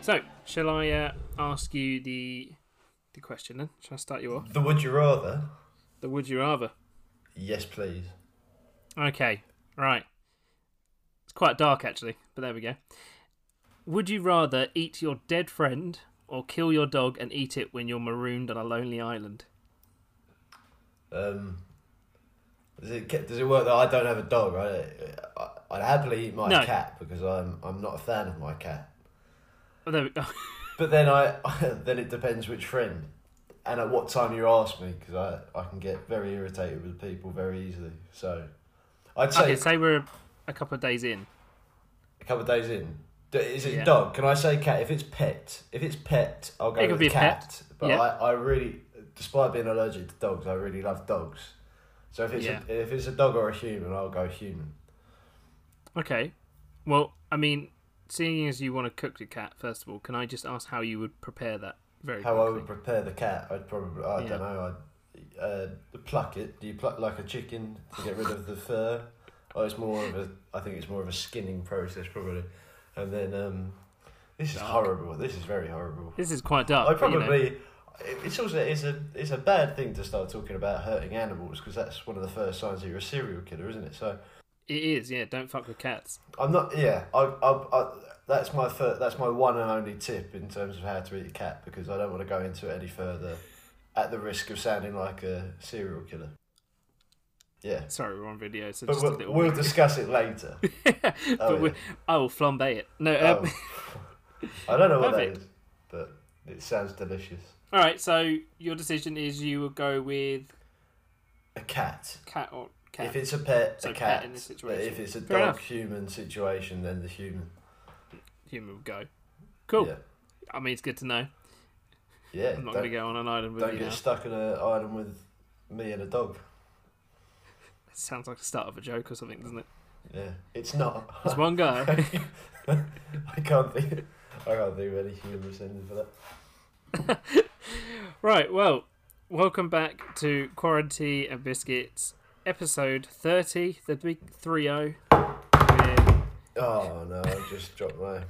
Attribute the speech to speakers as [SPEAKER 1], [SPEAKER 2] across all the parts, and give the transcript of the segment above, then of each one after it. [SPEAKER 1] So, shall I uh, ask you the the question then? Shall I start you off?
[SPEAKER 2] The would you rather?
[SPEAKER 1] The would you rather?
[SPEAKER 2] Yes, please.
[SPEAKER 1] Okay, right. It's quite dark actually, but there we go. Would you rather eat your dead friend or kill your dog and eat it when you're marooned on a lonely island?
[SPEAKER 2] Um, does it ca- does it work that I don't have a dog? I, I I'd happily eat my
[SPEAKER 1] No.
[SPEAKER 2] cat because I'm I'm not a fan of my cat.
[SPEAKER 1] Oh, there we go.
[SPEAKER 2] But then I then it depends which friend and at what time you ask me because I I can get very irritated with people very easily. So I'd say
[SPEAKER 1] okay, say we're a couple of days in.
[SPEAKER 2] a couple of days in. D- Is it
[SPEAKER 1] Yeah.
[SPEAKER 2] dog? Can I say cat? If it's pet, if it's pet, I'll go
[SPEAKER 1] It could
[SPEAKER 2] with
[SPEAKER 1] be a
[SPEAKER 2] cat.
[SPEAKER 1] pet,
[SPEAKER 2] But
[SPEAKER 1] yeah.
[SPEAKER 2] I, I really, despite being allergic to dogs, I really love dogs. So if it's
[SPEAKER 1] Yeah.
[SPEAKER 2] a, if it's a dog or a human, I'll go human.
[SPEAKER 1] Okay. Well, I mean, seeing as you want to cook the cat, first of all, can I just ask how you would prepare that very
[SPEAKER 2] How I
[SPEAKER 1] quickly?
[SPEAKER 2] would prepare the cat, I'd probably I
[SPEAKER 1] Yeah.
[SPEAKER 2] don't know. I'd uh, pluck it. Do you pluck like a chicken to get rid of the fur? Or it's more of a. I think it's more of a skinning process probably, and then um, this is horrible. This is very horrible.
[SPEAKER 1] This is quite dark.
[SPEAKER 2] I
[SPEAKER 1] but, you know.
[SPEAKER 2] probably. It's also it's a it's a bad thing to start talking about hurting animals because that's one of the first signs that you're a serial killer, isn't it? So
[SPEAKER 1] It is, yeah. Don't fuck with cats.
[SPEAKER 2] I'm not. Yeah, I, I, I that's my fir- that's my one and only tip in terms of how to eat a cat because I don't want to go into it any further at the risk of sounding like a serial killer. Yeah,
[SPEAKER 1] Sorry, we're on video, so
[SPEAKER 2] but
[SPEAKER 1] just a
[SPEAKER 2] we'll,
[SPEAKER 1] little.
[SPEAKER 2] we'll discuss it later.
[SPEAKER 1] but we- I will flambe it. No. Um,
[SPEAKER 2] Oh. I don't know what that
[SPEAKER 1] Perfect.
[SPEAKER 2] is, but it sounds delicious.
[SPEAKER 1] all right. So your decision is you will go with
[SPEAKER 2] A cat.
[SPEAKER 1] cat or cat.
[SPEAKER 2] If it's a pet,
[SPEAKER 1] So
[SPEAKER 2] a
[SPEAKER 1] pet
[SPEAKER 2] cat.
[SPEAKER 1] in this situation.
[SPEAKER 2] If it's a
[SPEAKER 1] Fair
[SPEAKER 2] dog
[SPEAKER 1] enough.
[SPEAKER 2] human situation, then the human.
[SPEAKER 1] human would go. Cool.
[SPEAKER 2] Yeah.
[SPEAKER 1] I mean, it's good to know.
[SPEAKER 2] Yeah.
[SPEAKER 1] I'm not
[SPEAKER 2] don't
[SPEAKER 1] going to go on an island with
[SPEAKER 2] don't
[SPEAKER 1] you
[SPEAKER 2] get
[SPEAKER 1] now.
[SPEAKER 2] stuck in an island with me and a dog.
[SPEAKER 1] Sounds like the start of a joke or something, doesn't it?
[SPEAKER 2] Yeah. It's not.
[SPEAKER 1] It's one guy.
[SPEAKER 2] I can't think. I can't think of any humorous ending for that.
[SPEAKER 1] right. Well, welcome back to Quarantine and Biscuits, episode thirty, the big three zero.
[SPEAKER 2] Oh no! I just dropped my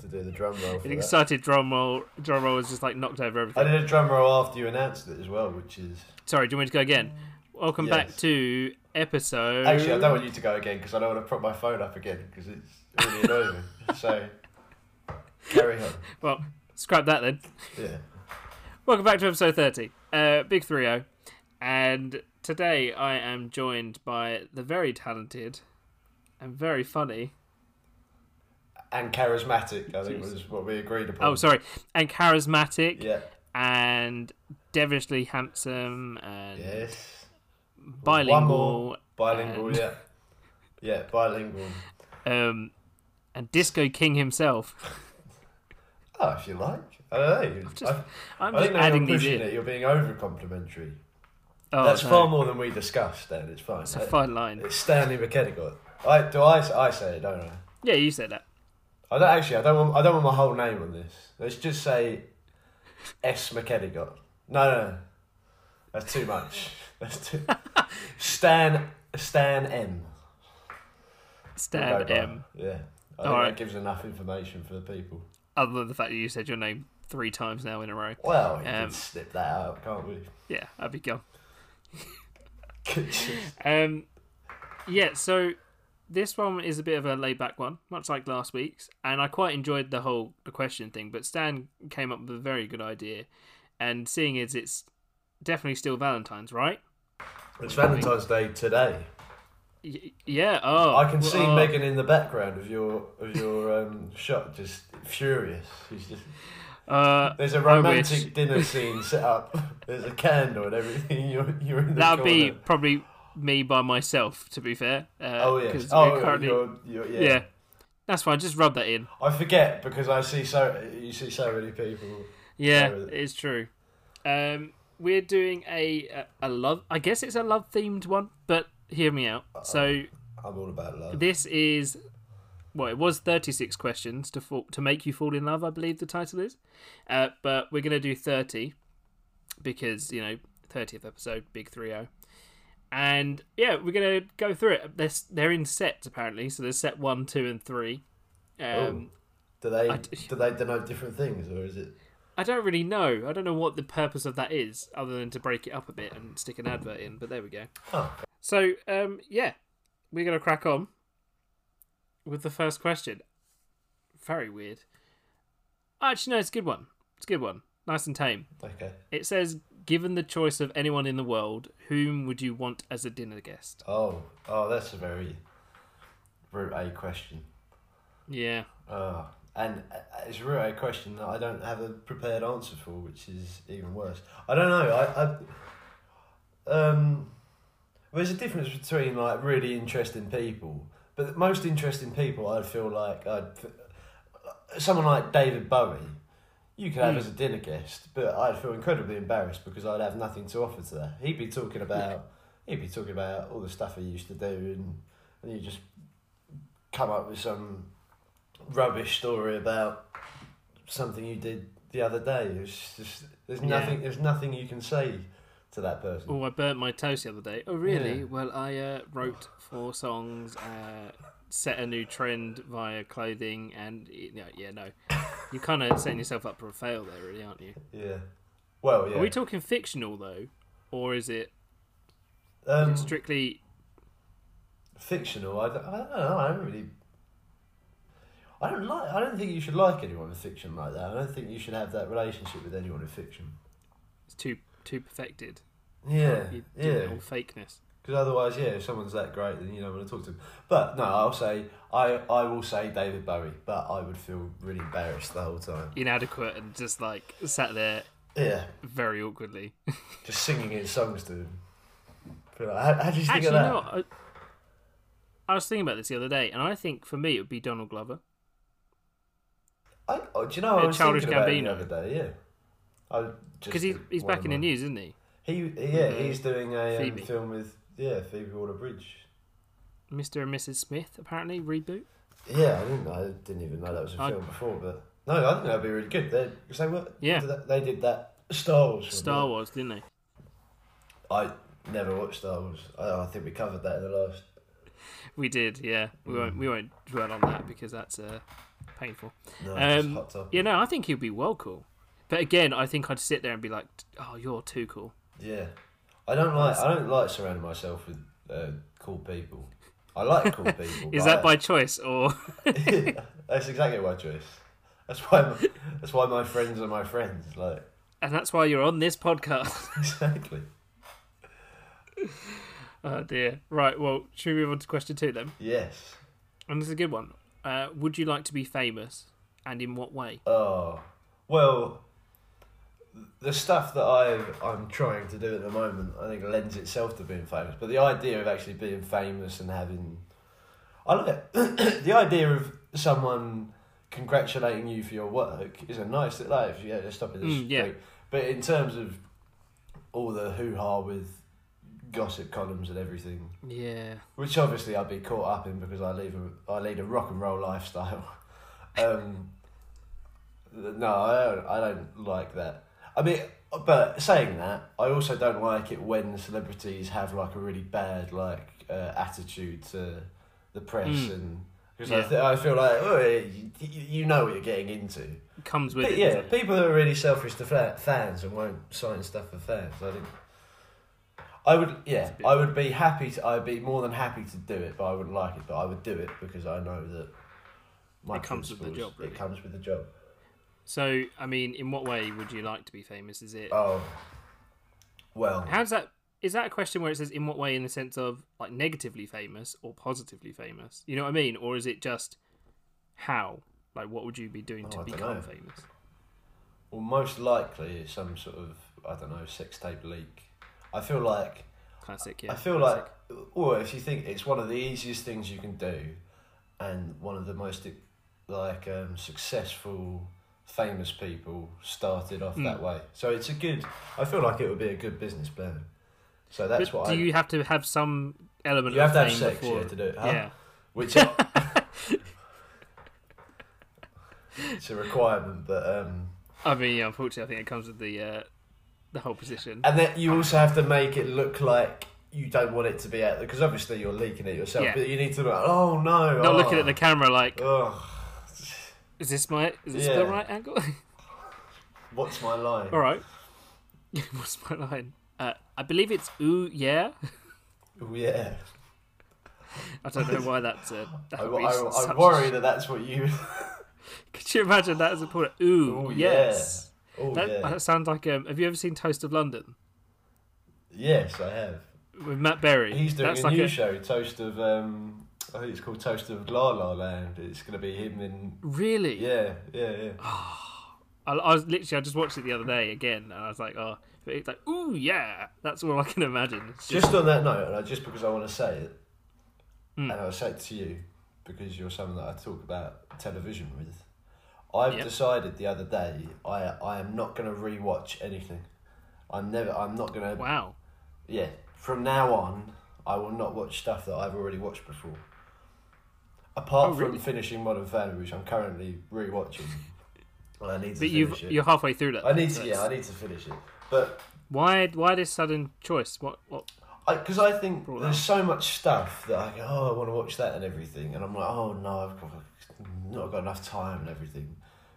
[SPEAKER 2] to do the drum roll. For
[SPEAKER 1] An
[SPEAKER 2] that.
[SPEAKER 1] excited drum roll. Drum roll was just like knocked over everything.
[SPEAKER 2] I did a drum roll after you announced it as well, which is
[SPEAKER 1] Sorry, do you want me to go again? Welcome back
[SPEAKER 2] Yes.
[SPEAKER 1] to episode.
[SPEAKER 2] actually I don't want you to go again because I don't want to prop my phone up again because it's really annoying. me. So carry on.
[SPEAKER 1] Well, scrap that then.
[SPEAKER 2] Yeah.
[SPEAKER 1] Welcome back to episode 30, uh, Big 30. And today I am joined by the very talented and very funny.
[SPEAKER 2] And charismatic, I think was what we agreed upon.
[SPEAKER 1] Oh, sorry. And charismatic
[SPEAKER 2] Yeah.
[SPEAKER 1] and devilishly handsome and
[SPEAKER 2] Yes. One
[SPEAKER 1] bilingual
[SPEAKER 2] more. Bilingual,
[SPEAKER 1] and-
[SPEAKER 2] yeah. Yeah, bilingual.
[SPEAKER 1] um, and Disco King himself.
[SPEAKER 2] Oh, if you like. I don't know.
[SPEAKER 1] just-
[SPEAKER 2] I,
[SPEAKER 1] I'm
[SPEAKER 2] I
[SPEAKER 1] just
[SPEAKER 2] think now
[SPEAKER 1] adding
[SPEAKER 2] you're
[SPEAKER 1] these
[SPEAKER 2] pushing
[SPEAKER 1] in.
[SPEAKER 2] it. You're being over complimentary.
[SPEAKER 1] Oh,
[SPEAKER 2] That's
[SPEAKER 1] no.
[SPEAKER 2] far more than we discussed, then. It's fine.
[SPEAKER 1] It's a
[SPEAKER 2] That-
[SPEAKER 1] fine line.
[SPEAKER 2] It's Stanley McKennigot. I, do I, I say it, don't I?
[SPEAKER 1] Yeah, you said that.
[SPEAKER 2] I don't, actually, I don't, want, I don't want my whole name on this. Let's just say S. McKennigot. No, no, no. That's too much. That's too... Stan, Stan M. We'll
[SPEAKER 1] Stan
[SPEAKER 2] go by-
[SPEAKER 1] M.
[SPEAKER 2] Yeah. I
[SPEAKER 1] All
[SPEAKER 2] think
[SPEAKER 1] right.
[SPEAKER 2] that gives enough information for the people.
[SPEAKER 1] other than the fact that you said your name three times now in a row.
[SPEAKER 2] Well, you
[SPEAKER 1] Um,
[SPEAKER 2] can snip that out, can't we?
[SPEAKER 1] Yeah, I'd be gone. Um, yeah, so this one is a bit of a laid back one, much like last week's, and I quite enjoyed the whole the question thing. But Stan came up with a very good idea, and seeing as it's definitely still Valentine's, right?
[SPEAKER 2] it's Valentine's Day today.
[SPEAKER 1] Y- yeah. Oh,
[SPEAKER 2] I can see
[SPEAKER 1] oh,
[SPEAKER 2] Megan in the background of your of your um, shot, just furious. She's just
[SPEAKER 1] Uh,
[SPEAKER 2] there's a
[SPEAKER 1] I wish.
[SPEAKER 2] romantic dinner scene set up. There's a candle and everything. You're you're in the
[SPEAKER 1] that'd be
[SPEAKER 2] corner.
[SPEAKER 1] probably me by myself, to be fair. Uh,
[SPEAKER 2] oh yes
[SPEAKER 1] 'cause
[SPEAKER 2] oh
[SPEAKER 1] we're currently-
[SPEAKER 2] you're, you're, yeah.
[SPEAKER 1] yeah. That's fine. Just rub that in.
[SPEAKER 2] I forget because I see so you see so many people.
[SPEAKER 1] Yeah,
[SPEAKER 2] So-
[SPEAKER 1] it's true. Um, we're doing a, a a love. I guess it's a love themed one, but hear me out. So
[SPEAKER 2] I'm all about love.
[SPEAKER 1] This is well, it was 36 questions to fall, to make you fall in love, I believe the title is. Uh, but we're going to do 30 because, you know, 30th episode, big 30. And yeah, we're going to go through it. They're, s- they're in sets apparently, so there's set 1, 2 and 3.
[SPEAKER 2] Oh.
[SPEAKER 1] Um,
[SPEAKER 2] do they
[SPEAKER 1] I d-
[SPEAKER 2] do they denote different things, or is it?
[SPEAKER 1] I don't really know. I don't know what the purpose of that is other than to break it up a bit and stick an advert in, but there we go.
[SPEAKER 2] Oh,
[SPEAKER 1] So, um, yeah, we're going to crack on with the first question. Very weird. Ah, Actually, no, it's a good one. It's a good one. Nice and tame.
[SPEAKER 2] okay.
[SPEAKER 1] It says, given the choice of anyone in the world, whom would you want as a dinner guest?
[SPEAKER 2] Oh, oh, that's a very route A question.
[SPEAKER 1] Yeah.
[SPEAKER 2] Oh, and uh, it's a route A question that I don't have a prepared answer for, which is even worse. I don't know. I, I um, there's a difference between like really interesting people, but the most interesting people I feel like I'd f- someone like David Bowie. You could have
[SPEAKER 1] Hmm.
[SPEAKER 2] as a dinner guest, but I'd feel incredibly embarrassed because I'd have nothing to offer to that. He'd be talking about he'd be talking about all the stuff he used to do, and and you just come up with some rubbish story about something you did the other day. It's just there's
[SPEAKER 1] Yeah.
[SPEAKER 2] nothing there's nothing you can say to that person.
[SPEAKER 1] Oh, I burnt my toast the other day. Oh, really?
[SPEAKER 2] Yeah.
[SPEAKER 1] Well, I uh, wrote four songs, uh, set a new trend via clothing, and yeah, yeah no. You're kind of setting yourself up for a fail there, really, aren't you?
[SPEAKER 2] Yeah. Well, yeah.
[SPEAKER 1] Are we talking fictional, though? Or is it
[SPEAKER 2] um,
[SPEAKER 1] strictly
[SPEAKER 2] fictional. I don't, I don't know. I don't really. I don't like. I don't think you should like anyone in fiction like that. I don't think you should have that relationship with anyone in fiction.
[SPEAKER 1] it's too too perfected?
[SPEAKER 2] Yeah,
[SPEAKER 1] You do
[SPEAKER 2] yeah.
[SPEAKER 1] it all fakeness.
[SPEAKER 2] Because otherwise, yeah, if someone's that great, then you don't want to talk to them. But no, I'll say I, I will say David Bowie, but I would feel really embarrassed the whole time.
[SPEAKER 1] Inadequate and just like sat there
[SPEAKER 2] Yeah,
[SPEAKER 1] very awkwardly.
[SPEAKER 2] just singing his songs to him. Feel like, how, how do you think
[SPEAKER 1] Actually,
[SPEAKER 2] of
[SPEAKER 1] you
[SPEAKER 2] that?
[SPEAKER 1] know what? I, I was thinking about this the other day, and I think for me it would be Donald Glover.
[SPEAKER 2] I, oh, do you know?
[SPEAKER 1] Yeah,
[SPEAKER 2] I was
[SPEAKER 1] Childish
[SPEAKER 2] thinking about him
[SPEAKER 1] Gambino.
[SPEAKER 2] the other day. Yeah, I just
[SPEAKER 1] Because he's, he's
[SPEAKER 2] one
[SPEAKER 1] back
[SPEAKER 2] of
[SPEAKER 1] in the
[SPEAKER 2] my-
[SPEAKER 1] news, isn't he?
[SPEAKER 2] He yeah,
[SPEAKER 1] With, uh,
[SPEAKER 2] he's doing a um,
[SPEAKER 1] Phoebe.
[SPEAKER 2] film with yeah Phoebe Waller Bridge.
[SPEAKER 1] Mr. and Mrs. Smith, apparently, reboot.
[SPEAKER 2] Yeah, I didn't. I didn't even know that was a
[SPEAKER 1] I-
[SPEAKER 2] film before, but no, I think that'd be really good. They because they were
[SPEAKER 1] Yeah.
[SPEAKER 2] did that- they did that Star Wars. Film,
[SPEAKER 1] Star Wars, didn't they?
[SPEAKER 2] I never watched Star Wars. I, I think we covered that in the last.
[SPEAKER 1] We did, yeah.
[SPEAKER 2] Hmm.
[SPEAKER 1] We won't we won't dwell on that because that's uh, painful.
[SPEAKER 2] No, it's just
[SPEAKER 1] Um,
[SPEAKER 2] hot topic.
[SPEAKER 1] you know, I think he'd be well cool. But again, I think I'd sit there and be like, "Oh, you're too cool."
[SPEAKER 2] Yeah, I don't like. I don't like surrounding myself with uh, cool people. I like cool people.
[SPEAKER 1] Is
[SPEAKER 2] but
[SPEAKER 1] that
[SPEAKER 2] I-
[SPEAKER 1] by choice or?
[SPEAKER 2] that's exactly my choice. That's why. My, that's why my friends are my friends. Like
[SPEAKER 1] and that's why you're on this podcast.
[SPEAKER 2] exactly.
[SPEAKER 1] oh dear. Right. Well, should we move on to question two then?
[SPEAKER 2] Yes.
[SPEAKER 1] And this is a good one. Uh, would you like to be famous, and in what way?
[SPEAKER 2] Oh, well, the stuff that I've, I'm trying to do at the moment, I think lends itself to being famous. But the idea of actually being famous and having, I like the idea of someone congratulating you for your work is a nice little life. Yeah, just stop it. This
[SPEAKER 1] Mm, yeah.
[SPEAKER 2] thing. But in terms of all the hoo ha with gossip columns and everything,
[SPEAKER 1] Yeah.
[SPEAKER 2] which obviously I'd be caught up in because I live a, I lead a rock and roll lifestyle. Um, no, I don't, I don't like that. I mean, but saying that, I also don't like it when celebrities have like a really bad like uh, attitude to the press
[SPEAKER 1] Mm.
[SPEAKER 2] and because I,
[SPEAKER 1] Yeah.
[SPEAKER 2] th- I feel like oh, you, you know what you're getting into.
[SPEAKER 1] Comes with
[SPEAKER 2] But
[SPEAKER 1] it.
[SPEAKER 2] yeah,
[SPEAKER 1] doesn't it?
[SPEAKER 2] people that are really selfish to fa- fans and won't sign stuff for fans. I think I would. Yeah,
[SPEAKER 1] a bit-
[SPEAKER 2] I would be happy. To, I'd be more than happy to do it, but I wouldn't like it. But I would do it because I know that my
[SPEAKER 1] It comes with the
[SPEAKER 2] principles-
[SPEAKER 1] job, really.
[SPEAKER 2] It comes with the job.
[SPEAKER 1] So, I mean, in what way would you like to be famous? Is it?
[SPEAKER 2] Oh, well,
[SPEAKER 1] How's that? Is that a question where it says in what way, in the sense of like negatively famous or positively famous? You know what I mean? Or is it just how? Like, what would you be doing
[SPEAKER 2] Oh,
[SPEAKER 1] to
[SPEAKER 2] I dunno.
[SPEAKER 1] become famous?
[SPEAKER 2] well, most likely it's some sort of I don't know sex tape leak. I feel like
[SPEAKER 1] Classic. Yeah.
[SPEAKER 2] I feel
[SPEAKER 1] classic.
[SPEAKER 2] like, or if you think it's one of the easiest things you can do, and one of the most like um, successful, famous
[SPEAKER 1] Mm.
[SPEAKER 2] people started off that way. So it's a good. I feel like it would be a good business plan. So that's
[SPEAKER 1] But
[SPEAKER 2] what
[SPEAKER 1] do
[SPEAKER 2] I.
[SPEAKER 1] you have to have some element
[SPEAKER 2] You
[SPEAKER 1] of
[SPEAKER 2] have to have
[SPEAKER 1] fame
[SPEAKER 2] sex,
[SPEAKER 1] before?
[SPEAKER 2] yeah, to do it, huh?
[SPEAKER 1] Yeah.
[SPEAKER 2] which I- it's a requirement, but um,
[SPEAKER 1] I mean, yeah, unfortunately, I think it comes with the uh, the whole position.
[SPEAKER 2] and then you also have to make it look like you don't want it to be out there because obviously you're leaking it yourself.
[SPEAKER 1] Yeah.
[SPEAKER 2] But you need to be like, oh no,
[SPEAKER 1] Not
[SPEAKER 2] oh,
[SPEAKER 1] looking at the camera like,
[SPEAKER 2] Ugh,
[SPEAKER 1] is this my is this
[SPEAKER 2] Yeah.
[SPEAKER 1] the right angle?
[SPEAKER 2] what's my line?
[SPEAKER 1] All right. What's my line? Uh, I believe it's ooh yeah.
[SPEAKER 2] Oh, yeah,
[SPEAKER 1] I don't know why that's a. That
[SPEAKER 2] I,
[SPEAKER 1] would be
[SPEAKER 2] I,
[SPEAKER 1] such
[SPEAKER 2] I
[SPEAKER 1] a-
[SPEAKER 2] worry that that's what you.
[SPEAKER 1] Could you imagine that as a porn? Ooh,
[SPEAKER 2] Ooh, yeah.
[SPEAKER 1] yes.
[SPEAKER 2] Oh
[SPEAKER 1] That,
[SPEAKER 2] yeah,
[SPEAKER 1] that sounds like um. Have you ever seen Toast of London
[SPEAKER 2] yes, I have.
[SPEAKER 1] with Matt Berry?
[SPEAKER 2] He's doing
[SPEAKER 1] that's
[SPEAKER 2] a
[SPEAKER 1] like
[SPEAKER 2] new
[SPEAKER 1] a,
[SPEAKER 2] show, Toast of. Um, I think it's called Toast of La La Land. It's going to be him and
[SPEAKER 1] Really?
[SPEAKER 2] yeah, yeah, yeah.
[SPEAKER 1] Ah. I, I was literally I just watched it the other day again, and I was like, oh, but it's like ooh yeah. That's all I can imagine. It's just,
[SPEAKER 2] Just on that note, and I, just because I want to say it,
[SPEAKER 1] Mm.
[SPEAKER 2] and I'll say it to you because you're someone that I talk about television with. I've
[SPEAKER 1] Yep.
[SPEAKER 2] decided the other day I I am not going to rewatch anything. I'm never. I'm not going to.
[SPEAKER 1] wow.
[SPEAKER 2] Yeah. From now on, I will not watch stuff that I've already watched before. Apart
[SPEAKER 1] Oh, really?
[SPEAKER 2] from finishing Modern Family, which I'm currently rewatching, and I need to
[SPEAKER 1] But
[SPEAKER 2] finish
[SPEAKER 1] you've
[SPEAKER 2] it.
[SPEAKER 1] you're halfway through that.
[SPEAKER 2] I need
[SPEAKER 1] so
[SPEAKER 2] to. Yeah, I
[SPEAKER 1] it's-
[SPEAKER 2] need to finish it. But
[SPEAKER 1] Why why this sudden choice? What what?
[SPEAKER 2] because I, think
[SPEAKER 1] Brought
[SPEAKER 2] there's so much stuff that I go, oh, I want to watch that and everything, and I'm like, oh no, I've got, not got enough time and everything.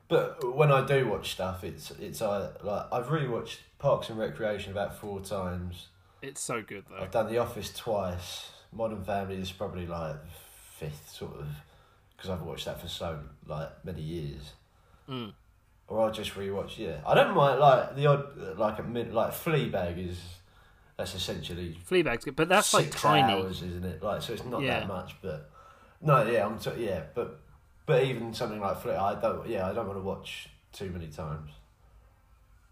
[SPEAKER 2] But when I do watch stuff, it's it's I like I've really watched Parks and Recreation about four times.
[SPEAKER 1] It's so good though.
[SPEAKER 2] I've done The Office twice. Modern Family is probably like fifth sort of because I've watched that for so like many years.
[SPEAKER 1] Mm.
[SPEAKER 2] Or I'll just rewatch. Yeah, I don't mind like the odd like a min like Fleabag is that's essentially
[SPEAKER 1] Fleabag's good, but that's like
[SPEAKER 2] six
[SPEAKER 1] tiny.
[SPEAKER 2] hours, isn't it? Like, so it's not
[SPEAKER 1] Yeah.
[SPEAKER 2] that much, but no, yeah, I'm t- yeah, but but even something like Flick, I don't, yeah, I don't want to watch too many times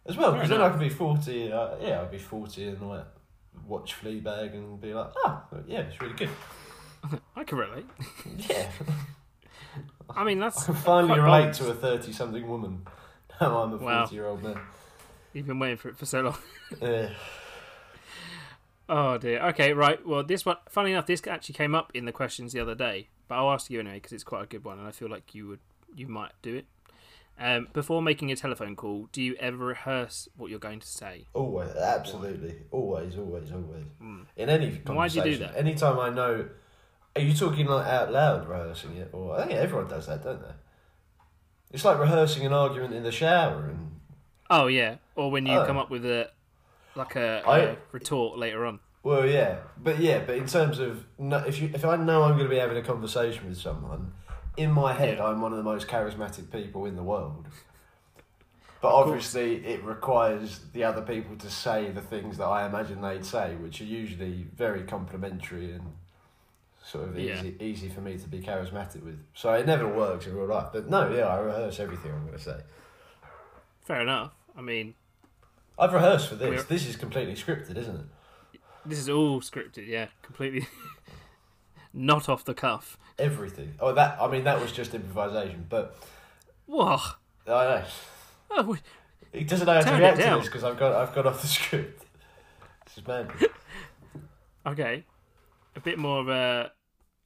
[SPEAKER 2] as well
[SPEAKER 1] Fair
[SPEAKER 2] because then I
[SPEAKER 1] enough.
[SPEAKER 2] could be forty. Uh, yeah, I'd be forty and like watch Fleabag and be like, oh, yeah, it's really good.
[SPEAKER 1] I can relate.
[SPEAKER 2] Yeah,
[SPEAKER 1] I mean
[SPEAKER 2] I
[SPEAKER 1] that's
[SPEAKER 2] can finally
[SPEAKER 1] quite
[SPEAKER 2] relate
[SPEAKER 1] bold.
[SPEAKER 2] to a thirty-something woman. Now I'm a
[SPEAKER 1] Wow.
[SPEAKER 2] forty-year-old man.
[SPEAKER 1] You've been waiting for it for so long.
[SPEAKER 2] Yeah.
[SPEAKER 1] Oh dear. Okay, right. Well, this one. Funny enough, this actually came up in the questions the other day, but I'll ask you anyway because it's quite a good one, and I feel like you would, you might do it. Um, before making a telephone call, do you ever rehearse what you're going to say?
[SPEAKER 2] Always, absolutely, always, always, always. In any conversation,
[SPEAKER 1] Why do Hmm. you do that?
[SPEAKER 2] anytime I know, are you talking like out loud rehearsing it, or I think everyone does that, don't they? It's like rehearsing an argument in the shower, and
[SPEAKER 1] Oh yeah. Or when you
[SPEAKER 2] Oh.
[SPEAKER 1] come up with a like a,
[SPEAKER 2] I-
[SPEAKER 1] a retort later on.
[SPEAKER 2] well, yeah, but yeah, but in terms of no, if you if I know I'm going to be having a conversation with someone, in my head I'm one of the most charismatic people in the world. But obviously, it requires the other people to say the things that I imagine they'd say, which are usually very complimentary and sort of
[SPEAKER 1] Yeah.
[SPEAKER 2] easy, easy for me to be charismatic with. So it never works in real life. But no, yeah, I rehearse everything I'm going to say.
[SPEAKER 1] Fair enough. I mean,
[SPEAKER 2] I've rehearsed for this.
[SPEAKER 1] We're-
[SPEAKER 2] This is completely scripted, isn't it?
[SPEAKER 1] this is all scripted. Yeah, completely. Not off the cuff.
[SPEAKER 2] Everything. Oh, that. I mean, that was just improvisation. But
[SPEAKER 1] Whoa.
[SPEAKER 2] I know
[SPEAKER 1] Oh,
[SPEAKER 2] he doesn't know how to
[SPEAKER 1] Turn it
[SPEAKER 2] react to
[SPEAKER 1] down.
[SPEAKER 2] this because I've got I've got off the script. This is mad.
[SPEAKER 1] Okay. A bit more of a,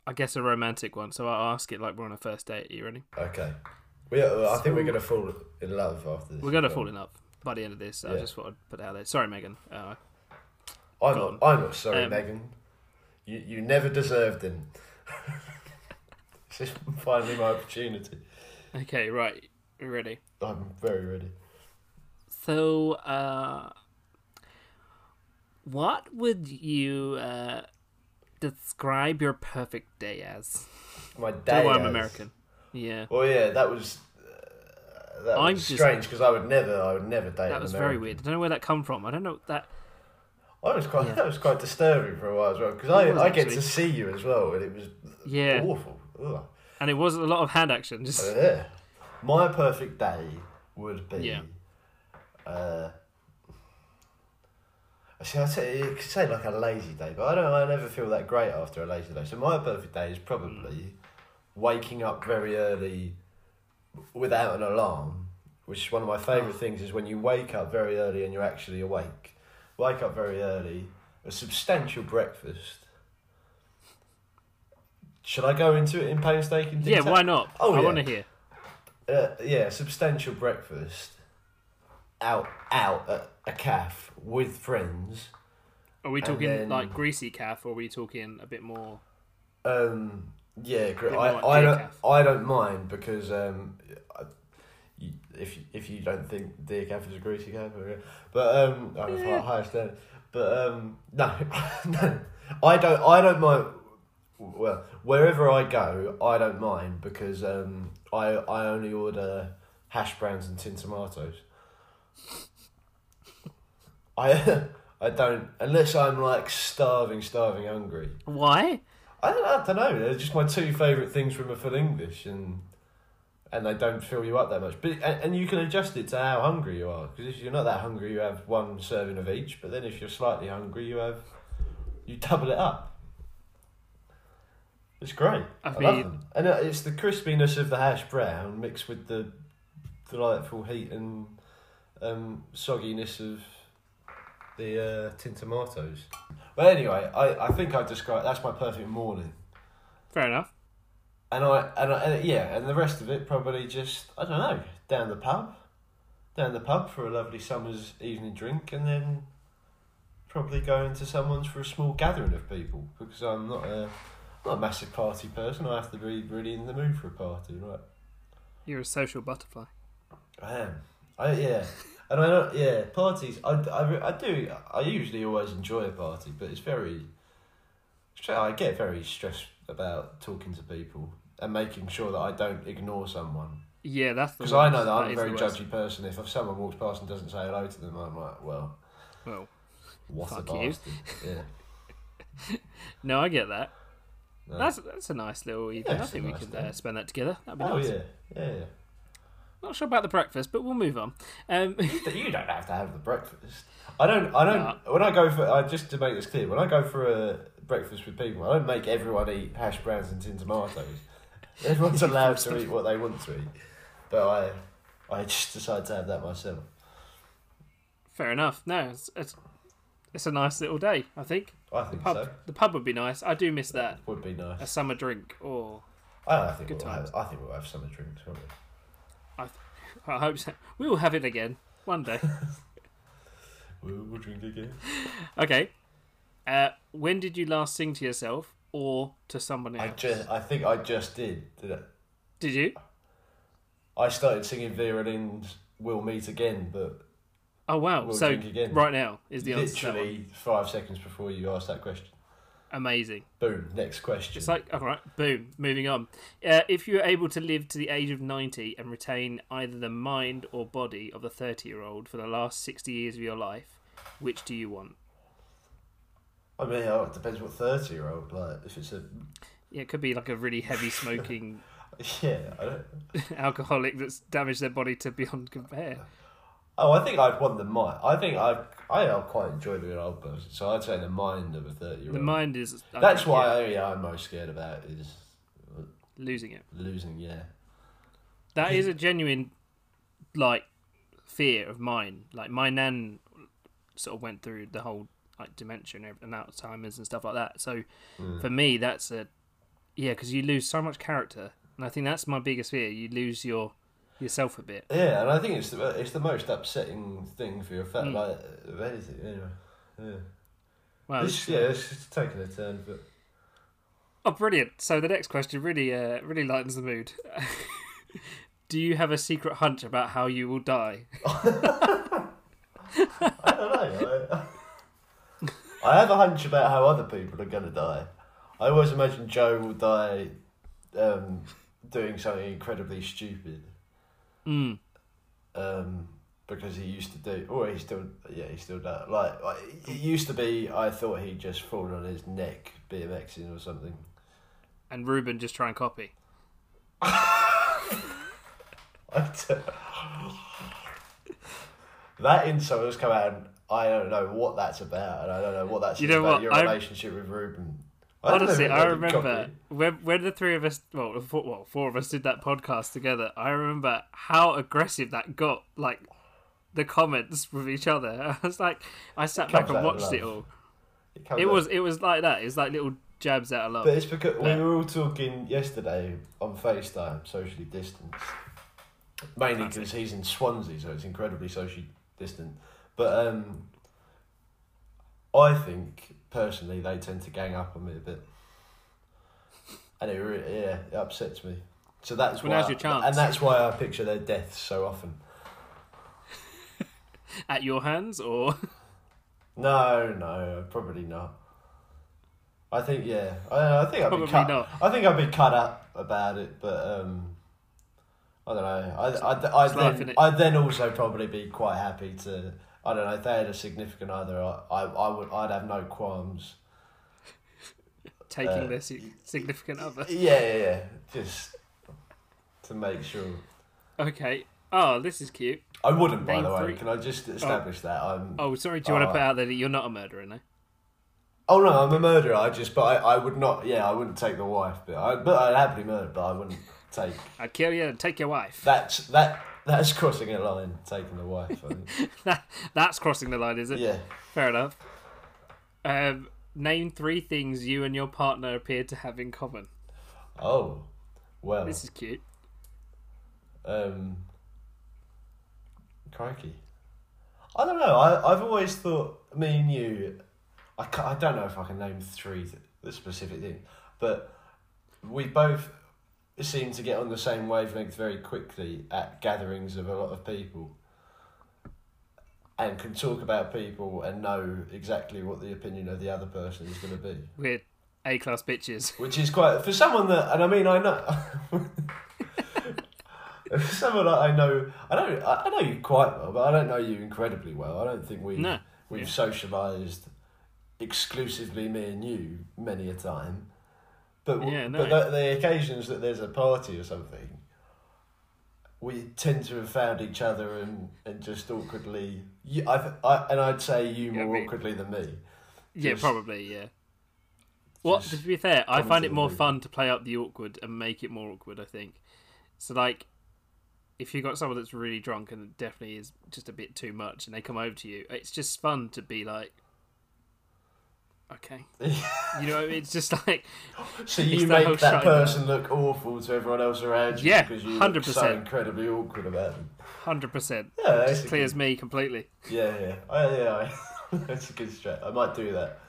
[SPEAKER 1] I guess, a romantic one. So I'll ask it like we're on a first date. Are you ready?
[SPEAKER 2] Okay. We, uh, I think we're
[SPEAKER 1] So-
[SPEAKER 2] gonna fall in love after this.
[SPEAKER 1] We're going to fall in love by the end of this. I
[SPEAKER 2] Yeah.
[SPEAKER 1] just thought I'd put it out there. Sorry, Megan. Uh,
[SPEAKER 2] I'm
[SPEAKER 1] Go
[SPEAKER 2] not. I'm not sorry,
[SPEAKER 1] Um,
[SPEAKER 2] Megan. You you never deserved him. this is finally my opportunity.
[SPEAKER 1] okay, right. You ready?
[SPEAKER 2] I'm very ready.
[SPEAKER 1] So, uh, what would you uh, describe your perfect day as?
[SPEAKER 2] My
[SPEAKER 1] Don't
[SPEAKER 2] day.
[SPEAKER 1] worry, I'm
[SPEAKER 2] has-
[SPEAKER 1] American. Yeah.
[SPEAKER 2] Well, yeah, that was. Uh, that
[SPEAKER 1] I'm
[SPEAKER 2] was
[SPEAKER 1] just-
[SPEAKER 2] strange because I would never, I would never date.
[SPEAKER 1] That
[SPEAKER 2] an
[SPEAKER 1] was very
[SPEAKER 2] American.
[SPEAKER 1] weird. I don't know where that come from. I don't know that.
[SPEAKER 2] I was quite,
[SPEAKER 1] Yeah.
[SPEAKER 2] that was quite disturbing for a while as well because
[SPEAKER 1] It
[SPEAKER 2] I,
[SPEAKER 1] was
[SPEAKER 2] I get
[SPEAKER 1] actually.
[SPEAKER 2] to see you as well and it was
[SPEAKER 1] Yeah.
[SPEAKER 2] awful. Ugh.
[SPEAKER 1] And it was a lot of hand action. Just
[SPEAKER 2] Yeah. My perfect day would be.
[SPEAKER 1] Yeah.
[SPEAKER 2] Uh, see, I'd say, you could say like a lazy day, but I don't. I never feel that great after a lazy day. So my perfect day is probably
[SPEAKER 1] Hmm.
[SPEAKER 2] waking up very early without an alarm, which is one
[SPEAKER 1] Ah.
[SPEAKER 2] of my favourite things. Is when you wake up very early and you're actually awake. Wake up very early. a substantial breakfast. Should I go into it in painstaking
[SPEAKER 1] Yeah,
[SPEAKER 2] detail?
[SPEAKER 1] why not?
[SPEAKER 2] Oh,
[SPEAKER 1] I
[SPEAKER 2] yeah.
[SPEAKER 1] want to hear.
[SPEAKER 2] uh, yeah, substantial breakfast out out at a calf with friends.
[SPEAKER 1] Are we talking
[SPEAKER 2] then-
[SPEAKER 1] like greasy calf, or are we talking a bit more?
[SPEAKER 2] Um, yeah, gr-
[SPEAKER 1] Bit
[SPEAKER 2] I,
[SPEAKER 1] more
[SPEAKER 2] I
[SPEAKER 1] deer
[SPEAKER 2] don't
[SPEAKER 1] calf.
[SPEAKER 2] I don't mind because um, I, you, if you, if you don't think deer calf is a greasy calf, or- but um, I have
[SPEAKER 1] Yeah.
[SPEAKER 2] yeah. higher standard. But um, no, no, I don't I don't mind. Well, wherever I go, I don't mind because um, I I only order hash browns and tin tomatoes. I I don't unless I'm like starving, starving, hungry.
[SPEAKER 1] Why?
[SPEAKER 2] I don't, I don't know. They're just my two favourite things from a full English, and and they don't fill you up that much. But and, and you can adjust it to how hungry you are. Because if you're not that hungry, you have one serving of each. But then if you're slightly hungry, you have you double it up. It's great.
[SPEAKER 1] I
[SPEAKER 2] I, love
[SPEAKER 1] mean-
[SPEAKER 2] them, and uh, it's the crispiness of the hash brown mixed with the delightful heat and um, sogginess of the uh, tin tomatoes. But anyway, I, I think I described that's my perfect morning,
[SPEAKER 1] Fair enough.
[SPEAKER 2] and I and, I, and yeah, and the rest of it probably just I don't know down the pub, down the pub for a lovely summer's evening drink, and then probably going to someone's for a small gathering of people because I'm not a not a massive party person. I have to be really in the mood for a party, right?
[SPEAKER 1] You're a social butterfly.
[SPEAKER 2] I am. I yeah. And I don't, yeah, parties, I, I, re- I do, I usually always enjoy a party, but it's very, stre- I get very stressed about talking to people and making sure that I don't ignore someone.
[SPEAKER 1] Yeah, that's the
[SPEAKER 2] Because I
[SPEAKER 1] worst.
[SPEAKER 2] know that
[SPEAKER 1] Mm,
[SPEAKER 2] I'm
[SPEAKER 1] That
[SPEAKER 2] a
[SPEAKER 1] is the
[SPEAKER 2] very
[SPEAKER 1] worst.
[SPEAKER 2] judgy person. If, if someone walks past and doesn't say hello to them, I'm like, well,
[SPEAKER 1] Well,
[SPEAKER 2] what a
[SPEAKER 1] Fuck you.
[SPEAKER 2] bastard. Yeah.
[SPEAKER 1] no, I get that.
[SPEAKER 2] No.
[SPEAKER 1] That's that's a nice little evening. I
[SPEAKER 2] it's a
[SPEAKER 1] think
[SPEAKER 2] nice
[SPEAKER 1] we could
[SPEAKER 2] day.
[SPEAKER 1] uh, spend that together. That'd be
[SPEAKER 2] oh,
[SPEAKER 1] nice.
[SPEAKER 2] yeah, yeah. yeah.
[SPEAKER 1] Not sure about the breakfast, but we'll move on. Um,
[SPEAKER 2] But you don't have to have the breakfast. I don't. I don't. When I go for, I just to make this clear, when I go for a breakfast with people, I don't make everyone eat hash browns and tin tomatoes. Everyone's allowed to eat what they want to eat, but I, I just decide to have that myself.
[SPEAKER 1] fair enough. No, it's, it's it's a nice little day. I think
[SPEAKER 2] I think
[SPEAKER 1] pub
[SPEAKER 2] so.
[SPEAKER 1] the pub would be nice. I do miss that
[SPEAKER 2] Would be
[SPEAKER 1] a
[SPEAKER 2] nice.
[SPEAKER 1] summer drink or
[SPEAKER 2] I, I think
[SPEAKER 1] Good
[SPEAKER 2] we'll
[SPEAKER 1] times.
[SPEAKER 2] have. I think we'll have summer drinks. Won't we?
[SPEAKER 1] I, th- I hope so. we will have it again one day.
[SPEAKER 2] We'll, we'll drink again.
[SPEAKER 1] okay. Uh, when did you last sing to yourself or to someone else?
[SPEAKER 2] I just. I think I just did. did I?
[SPEAKER 1] Did you?
[SPEAKER 2] I started singing Vera Lynn's "We'll Meet Again," but
[SPEAKER 1] Oh wow!
[SPEAKER 2] We'll
[SPEAKER 1] so
[SPEAKER 2] drink again.
[SPEAKER 1] right now is the answer. to that one.
[SPEAKER 2] literally five seconds before you asked that question.
[SPEAKER 1] Amazing.
[SPEAKER 2] Boom. Next question.
[SPEAKER 1] It's like all right. Boom. Moving on. Uh, if you are able to live to the age of ninety and retain either the mind or body of a thirty-year-old for the last sixty years of your life, which do you want?
[SPEAKER 2] I mean, oh, it depends what thirty year old like. If it's a
[SPEAKER 1] Yeah, it could be like a really heavy smoking
[SPEAKER 2] yeah, I don't.
[SPEAKER 1] alcoholic that's damaged their body to beyond compare.
[SPEAKER 2] Oh, I think I'd want the mind. I think I I uh, quite enjoy being an old person, so I'd say the mind of a thirty year
[SPEAKER 1] The
[SPEAKER 2] old.
[SPEAKER 1] mind is. I
[SPEAKER 2] That's
[SPEAKER 1] think,
[SPEAKER 2] what
[SPEAKER 1] yeah,
[SPEAKER 2] I, yeah, I'm most scared about is
[SPEAKER 1] losing it.
[SPEAKER 2] losing. Yeah,
[SPEAKER 1] That is a genuine, like, fear of mine. Like my nan, sort of went through the whole like dementia and, ev- and Alzheimer's and stuff like that. So, for me, that's a yeah, because you lose so much character, and I think that's my biggest fear. You lose your yourself a bit.
[SPEAKER 2] yeah, and I think it's the it's the most upsetting thing for your
[SPEAKER 1] Hmm.
[SPEAKER 2] family. Like of anything, anyway. Yeah,
[SPEAKER 1] Wow.
[SPEAKER 2] it's, yeah, it's just taking a turn, but
[SPEAKER 1] Oh, brilliant! So the next question really, uh, really lightens the mood. Do you have a secret hunch about how you will die?
[SPEAKER 2] I don't know. I, I have a hunch about how other people are going to die. I always imagine Joe will die um, doing something incredibly stupid
[SPEAKER 1] Mm.
[SPEAKER 2] um, because he used to do, or he still, yeah, he still does. Like, like, it used to be, I thought he'd just fallen on his neck BMXing or something.
[SPEAKER 1] And Ruben just try and copy.
[SPEAKER 2] I d- that insult has come out, and I don't know what that's about, and I don't know what that's
[SPEAKER 1] You know
[SPEAKER 2] about
[SPEAKER 1] what?
[SPEAKER 2] your
[SPEAKER 1] I-
[SPEAKER 2] relationship with Ruben. I don't know
[SPEAKER 1] Honestly,
[SPEAKER 2] if
[SPEAKER 1] I
[SPEAKER 2] anybody got
[SPEAKER 1] remember
[SPEAKER 2] me.
[SPEAKER 1] when, when the three of us, well, the four, well, four of us did that podcast together. I remember how aggressive that got, like the comments with each other. I was like, I sat back
[SPEAKER 2] comes
[SPEAKER 1] and
[SPEAKER 2] out of
[SPEAKER 1] watched it
[SPEAKER 2] love.
[SPEAKER 1] all.
[SPEAKER 2] comes
[SPEAKER 1] It
[SPEAKER 2] up.
[SPEAKER 1] was it was like that. It was like little jabs out of love.
[SPEAKER 2] But it's because we
[SPEAKER 1] Yeah.
[SPEAKER 2] were all talking yesterday on FaceTime, socially distanced. Mainly because he's in Swansea, so it's incredibly socially distant. But um, I think personally they tend to gang up on me a bit, and it re- yeah it upsets me. So that's
[SPEAKER 1] Well,
[SPEAKER 2] why
[SPEAKER 1] now's your chance.
[SPEAKER 2] and that's why I picture their deaths so often.
[SPEAKER 1] At your hands or
[SPEAKER 2] No, no, probably not. I think yeah. I, I think I'd
[SPEAKER 1] Probably
[SPEAKER 2] be cut.
[SPEAKER 1] not.
[SPEAKER 2] I think I'd be cut up about it, but um, I don't know. I I I
[SPEAKER 1] It's life,
[SPEAKER 2] then
[SPEAKER 1] innit?
[SPEAKER 2] I then also probably be quite happy to. I don't know. If they had a significant other, I I, I would I'd have no qualms.
[SPEAKER 1] taking
[SPEAKER 2] Uh,
[SPEAKER 1] their si- significant other.
[SPEAKER 2] Yeah, yeah, yeah. Just to make sure.
[SPEAKER 1] Okay. Oh, this is cute.
[SPEAKER 2] I wouldn't, by
[SPEAKER 1] Name
[SPEAKER 2] the way.
[SPEAKER 1] three.
[SPEAKER 2] Can I just establish that I'm?
[SPEAKER 1] Oh, sorry. Do you want to
[SPEAKER 2] Oh.
[SPEAKER 1] put out there that you're not a murderer? No.
[SPEAKER 2] Oh no, I'm a murderer. I just, but I, I would not. Yeah, I wouldn't take the wife. But I, but I'd happily murder. But I wouldn't take.
[SPEAKER 1] I'd kill you and take your wife.
[SPEAKER 2] That's that. That's crossing a line, taking the wife. I think.
[SPEAKER 1] That's crossing the line, is it?
[SPEAKER 2] yeah.
[SPEAKER 1] Fair enough. Um, name three things you and your partner appear to have in common.
[SPEAKER 2] Oh, well.
[SPEAKER 1] This is cute.
[SPEAKER 2] Um. Crikey. I don't know. I I've always thought me and you. I ca I don't know if I can name three th- the specific thing, but we both seem to get on the same wavelength very quickly at gatherings of a lot of people. And can talk about people and know exactly what the opinion of the other person is going to be.
[SPEAKER 1] We're A class bitches.
[SPEAKER 2] which is quite for someone that, and I mean, I know. For someone that I know, I don't. I I know you quite well, but I don't know you incredibly well. I don't think we
[SPEAKER 1] No.
[SPEAKER 2] we've
[SPEAKER 1] Yeah.
[SPEAKER 2] socialised exclusively me and you many a time. But w-
[SPEAKER 1] Yeah, no.
[SPEAKER 2] but the, the occasions that there's a party or something, we tend to have found each other and, and just awkwardly. You, I've, I and I'd say you
[SPEAKER 1] Yeah,
[SPEAKER 2] more
[SPEAKER 1] me.
[SPEAKER 2] awkwardly than me.
[SPEAKER 1] Yeah,
[SPEAKER 2] Just-
[SPEAKER 1] probably. Yeah. Well, to
[SPEAKER 2] just
[SPEAKER 1] be fair, I
[SPEAKER 2] coming
[SPEAKER 1] find
[SPEAKER 2] to
[SPEAKER 1] it
[SPEAKER 2] the
[SPEAKER 1] more
[SPEAKER 2] mood.
[SPEAKER 1] fun to play up the awkward and make it more awkward. I think. So like, if you have got someone that's really drunk and definitely is just a bit too much, and they come over to you, it's just fun to be like, okay, you know, what I mean? it's just like,
[SPEAKER 2] So
[SPEAKER 1] It's
[SPEAKER 2] you
[SPEAKER 1] the whole
[SPEAKER 2] make that
[SPEAKER 1] shutting down.
[SPEAKER 2] person look awful to everyone else around you
[SPEAKER 1] Yeah,
[SPEAKER 2] because you look so
[SPEAKER 1] 100%.
[SPEAKER 2] incredibly awkward about them.
[SPEAKER 1] hundred percent
[SPEAKER 2] Yeah, that's a
[SPEAKER 1] just clears
[SPEAKER 2] good-
[SPEAKER 1] me completely.
[SPEAKER 2] Yeah, yeah, I, yeah. I, that's a good strat. I might do that.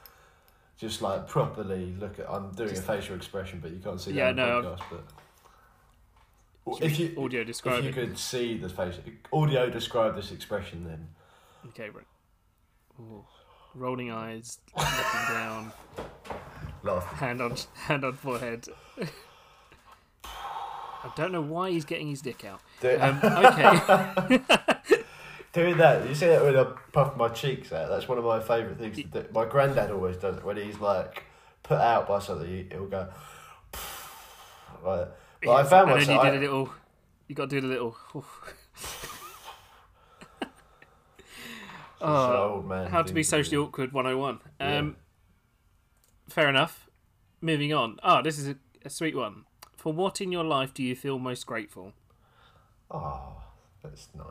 [SPEAKER 2] Just like properly look at. I'm doing a facial expression, but you can't see that.
[SPEAKER 1] Yeah,
[SPEAKER 2] on the
[SPEAKER 1] no,
[SPEAKER 2] Podcast, but Well, if you
[SPEAKER 1] audio
[SPEAKER 2] if
[SPEAKER 1] describe
[SPEAKER 2] you
[SPEAKER 1] it.
[SPEAKER 2] could see the face, audio describe this expression then.
[SPEAKER 1] Okay, right. Ooh. Rolling eyes, looking down,
[SPEAKER 2] Laugh.
[SPEAKER 1] hand on hand on forehead. I don't know why he's getting his dick out.
[SPEAKER 2] Do,
[SPEAKER 1] Um, okay.
[SPEAKER 2] doing that, you see that when I puff my cheeks out. That's one of my favourite things to do. My granddad always does it when he's like put out by something. he- He'll go. Like, that. but I
[SPEAKER 1] Yes,
[SPEAKER 2] found
[SPEAKER 1] and then
[SPEAKER 2] myself.
[SPEAKER 1] you did a
[SPEAKER 2] I,
[SPEAKER 1] little. You got to do the little.
[SPEAKER 2] it's an
[SPEAKER 1] Oh,
[SPEAKER 2] old man
[SPEAKER 1] how to
[SPEAKER 2] thing
[SPEAKER 1] be
[SPEAKER 2] do.
[SPEAKER 1] socially awkward 101.
[SPEAKER 2] Yeah.
[SPEAKER 1] Um, Fair enough. Moving on. Oh, this is a, a sweet one. For what in your life do you feel most grateful?
[SPEAKER 2] Oh, that's nice.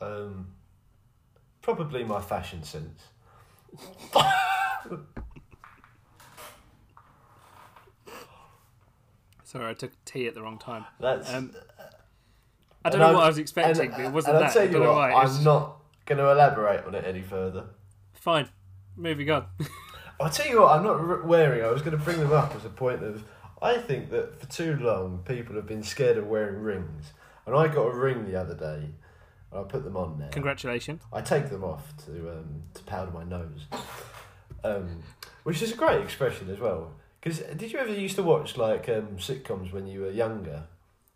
[SPEAKER 2] Um, probably my fashion sense.
[SPEAKER 1] Sorry, I took tea at the wrong time.
[SPEAKER 2] That's
[SPEAKER 1] Um, I
[SPEAKER 2] and
[SPEAKER 1] don't know
[SPEAKER 2] I'd-
[SPEAKER 1] what I was expecting, but it wasn't
[SPEAKER 2] and
[SPEAKER 1] that.
[SPEAKER 2] I'll
[SPEAKER 1] I
[SPEAKER 2] tell you
[SPEAKER 1] don't know
[SPEAKER 2] what,
[SPEAKER 1] why. It
[SPEAKER 2] I'm
[SPEAKER 1] was-
[SPEAKER 2] not going to elaborate on it any further.
[SPEAKER 1] Fine. Moving on.
[SPEAKER 2] I'll tell you what, I'm not r- wearing. I was going to bring them up as a point of. I think that for too long, people have been scared of wearing rings. And I got a ring the other day, and I put them on now.
[SPEAKER 1] Congratulations.
[SPEAKER 2] I take them off to um, to powder my nose, um, which is a great expression as well. Because did you ever used to watch like um, sitcoms when you were younger?